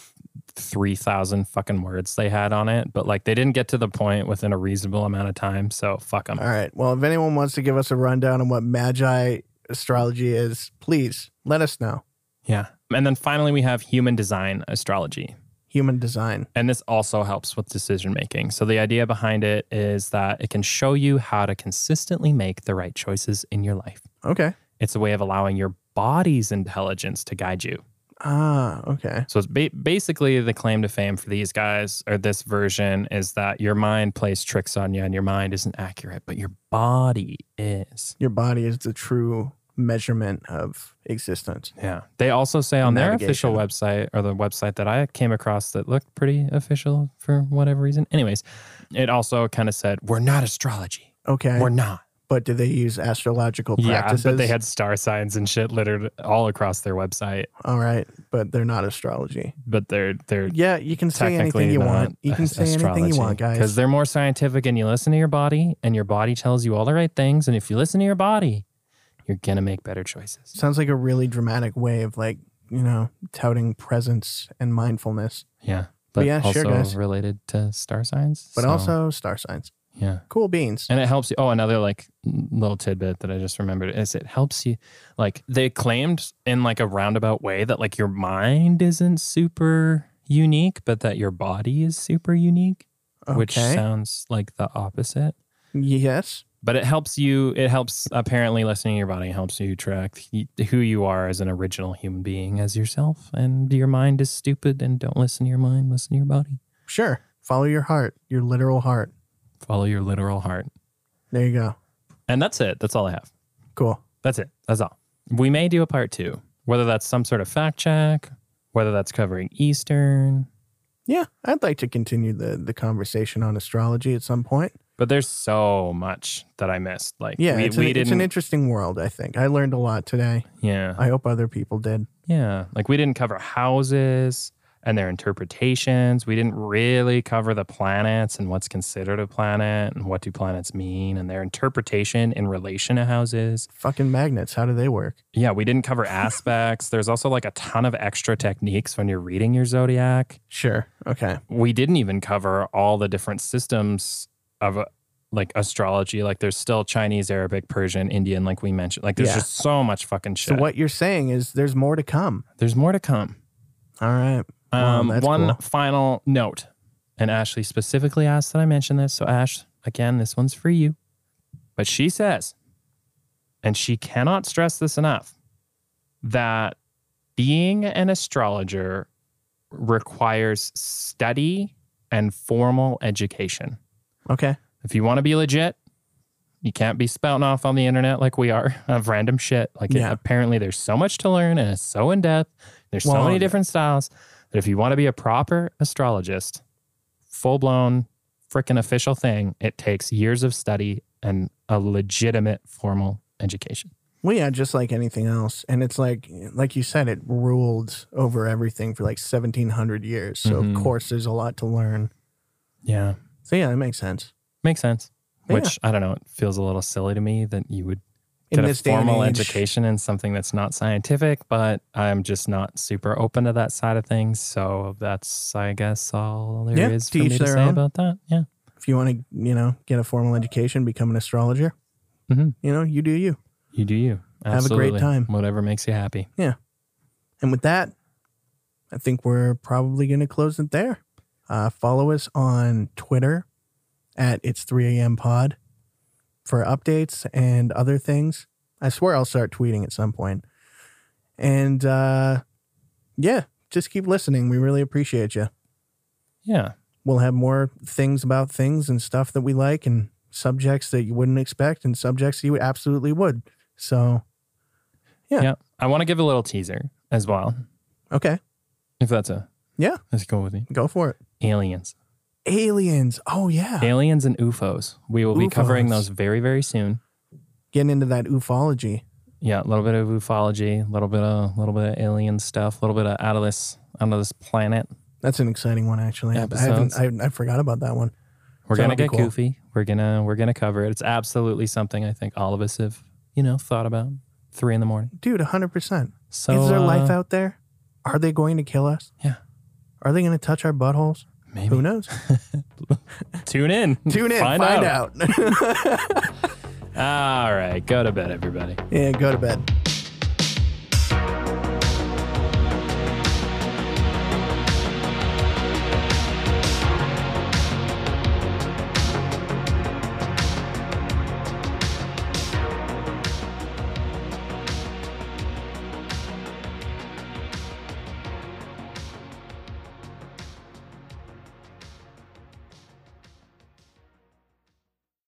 Speaker 2: 3,000 fucking words they had on it, but like, they didn't get to the point within a reasonable amount of time. So, fuck them.
Speaker 1: All right. Well, if anyone wants to give us a rundown on what Magi astrology is, please let us know.
Speaker 2: Yeah. And then finally, we have human design astrology.
Speaker 1: Human design.
Speaker 2: And this also helps with decision making. So, the idea behind it is that it can show you how to consistently make the right choices in your life.
Speaker 1: Okay.
Speaker 2: It's a way of allowing your body's intelligence to guide you.
Speaker 1: Ah, okay.
Speaker 2: So it's ba- basically the claim to fame for these guys or this version is that your mind plays tricks on you and your mind isn't accurate, but your body is.
Speaker 1: Your body is the true measurement of existence.
Speaker 2: Yeah. They also say on their
Speaker 1: Navigation.
Speaker 2: official website or the website that I came across that looked pretty official for whatever reason. Anyways, it also kind of said, We're not astrology.
Speaker 1: Okay.
Speaker 2: We're not.
Speaker 1: but do they use astrological
Speaker 2: Yeah,
Speaker 1: practices?
Speaker 2: but they had star signs and shit littered all across their website.
Speaker 1: All right, but they're not astrology.
Speaker 2: But they're they're
Speaker 1: Yeah, you can say
Speaker 2: technically
Speaker 1: anything you
Speaker 2: not
Speaker 1: want. You can
Speaker 2: as-
Speaker 1: say anything you want,
Speaker 2: Because
Speaker 1: guys.
Speaker 2: they're more scientific, and you listen to your body, and your body tells you all the right things. And if you listen to your body, you're gonna make better choices.
Speaker 1: Sounds like a really dramatic way of like, you know, touting presence and mindfulness,
Speaker 2: Yeah,
Speaker 1: But
Speaker 2: but
Speaker 1: yeah,
Speaker 2: also
Speaker 1: sure, guys.
Speaker 2: related to star signs.
Speaker 1: but
Speaker 2: so,
Speaker 1: also star signs.
Speaker 2: yeah.
Speaker 1: Cool beans.
Speaker 2: And it helps you. Oh, another like little tidbit that I just remembered is it helps you. Like they claimed in like a roundabout way that like your mind isn't super unique, but that your body is super unique,
Speaker 1: Okay.
Speaker 2: which sounds like the opposite.
Speaker 1: yes.
Speaker 2: But it helps you. It helps apparently listening to your body helps you track who you are as an original human being, as yourself. And your mind is stupid, and don't listen to your mind. Listen to your body.
Speaker 1: Sure. Follow your heart, your literal heart.
Speaker 2: Follow your literal heart.
Speaker 1: There you go.
Speaker 2: And that's it. That's all I have.
Speaker 1: Cool.
Speaker 2: That's it. That's all. We may do a part two, whether that's some sort of fact check, whether that's covering Eastern.
Speaker 1: Yeah, I'd like to continue the the conversation on astrology at some point.
Speaker 2: But there's so much that I missed. Like,
Speaker 1: Yeah,
Speaker 2: we,
Speaker 1: it's,
Speaker 2: we
Speaker 1: an, it's
Speaker 2: didn't.
Speaker 1: an interesting world, I think. I learned a lot today.
Speaker 2: yeah,
Speaker 1: I hope other people did.
Speaker 2: yeah. Like we didn't cover houses and their interpretations. We didn't really cover the planets and what's considered a planet and what do planets mean and their interpretation in relation to houses.
Speaker 1: Fucking magnets, how do they work?
Speaker 2: Yeah, we
Speaker 1: *laughs*
Speaker 2: didn't cover aspects. there's also like a ton of extra techniques when you're reading your zodiac.
Speaker 1: Sure. Okay.
Speaker 2: we didn't even cover all the different systems of uh, like astrology. Like there's still Chinese, Arabic, Persian, Indian, like we mentioned. Like there's
Speaker 1: Yeah.
Speaker 2: just so much fucking shit.
Speaker 1: So what you're saying is there's more to come.
Speaker 2: There's more to come.
Speaker 1: All right. Wow,
Speaker 2: Um,
Speaker 1: that's
Speaker 2: one
Speaker 1: cool.
Speaker 2: final note, and Ashley specifically asked that I mention this. So Ash, again, this one's for you. But she says, and she cannot stress this enough, that being an astrologer requires study and formal education.
Speaker 1: Okay.
Speaker 2: If you want to be legit, you can't be spouting off on the internet like we are *laughs* of random shit. Like
Speaker 1: Yeah.
Speaker 2: apparently there's so much to learn and it's so in depth. There's so
Speaker 1: Well,
Speaker 2: many
Speaker 1: yeah.
Speaker 2: different styles that if you want to be a proper astrologist, full blown freaking official thing, it takes years of study and a legitimate formal education.
Speaker 1: Well, yeah, just like anything else, and it's like, like you said, it ruled over everything for like 1,700 years. So
Speaker 2: Mhm.
Speaker 1: of course, there's a lot to learn.
Speaker 2: Yeah.
Speaker 1: So yeah, that makes sense.
Speaker 2: Makes sense.
Speaker 1: Yeah.
Speaker 2: Which I don't know, it feels a little silly to me that you would
Speaker 1: In
Speaker 2: get a
Speaker 1: this day and
Speaker 2: formal
Speaker 1: age-
Speaker 2: education in something that's not scientific, but I'm just not super open to that side of things. So that's, I guess, all there is
Speaker 1: Yeah,
Speaker 2: for
Speaker 1: to
Speaker 2: me
Speaker 1: each
Speaker 2: to
Speaker 1: their
Speaker 2: say
Speaker 1: own.
Speaker 2: about that. Yeah.
Speaker 1: If you want to, you know, get a formal education, become an astrologer.
Speaker 2: Mhm.
Speaker 1: You know, you do you.
Speaker 2: You do you.
Speaker 1: Have a great
Speaker 2: Absolutely.
Speaker 1: time.
Speaker 2: Whatever makes you happy.
Speaker 1: And with that, I think we're probably going to close it there. Uh, follow us on Twitter at it's 3 a.m. pod for updates and other things. I swear I'll start tweeting at some point. And uh, yeah, just keep listening. We really appreciate you.
Speaker 2: Yeah.
Speaker 1: We'll have more things about things and stuff that we like and subjects that you wouldn't expect and subjects you absolutely would. So, Yeah.
Speaker 2: Yeah. I want to give a little teaser as well,
Speaker 1: okay,
Speaker 2: if that's a.
Speaker 1: Yeah.
Speaker 2: Let's go with you.
Speaker 1: go for it.
Speaker 2: Aliens.
Speaker 1: Aliens. Oh, yeah.
Speaker 2: Aliens and UFOs. We will be covering
Speaker 1: UFOs.
Speaker 2: those very, very soon.
Speaker 1: Getting into that ufology.
Speaker 2: Yeah, a little bit of ufology, a little bit of little bit of alien stuff, a little bit of out of this out of this planet.
Speaker 1: That's an exciting one, actually. I
Speaker 2: Episodes.
Speaker 1: haven't, I, I forgot about that one.
Speaker 2: We're
Speaker 1: So
Speaker 2: gonna
Speaker 1: that'll
Speaker 2: get
Speaker 1: be cool.
Speaker 2: goofy. We're gonna we're gonna cover it. It's absolutely something I think all of us have you know thought about. Three in the morning.
Speaker 1: Dude, 100%.
Speaker 2: So
Speaker 1: Is there
Speaker 2: uh,
Speaker 1: life out there? Are they going to kill us?
Speaker 2: Yeah.
Speaker 1: Are they going to touch our buttholes?
Speaker 2: Maybe.
Speaker 1: Who
Speaker 2: *laughs*
Speaker 1: knows?
Speaker 2: Tune in.
Speaker 1: Tune in, find, out. *laughs*
Speaker 2: All right. Go to bed, everybody.
Speaker 1: yeah, go to bed.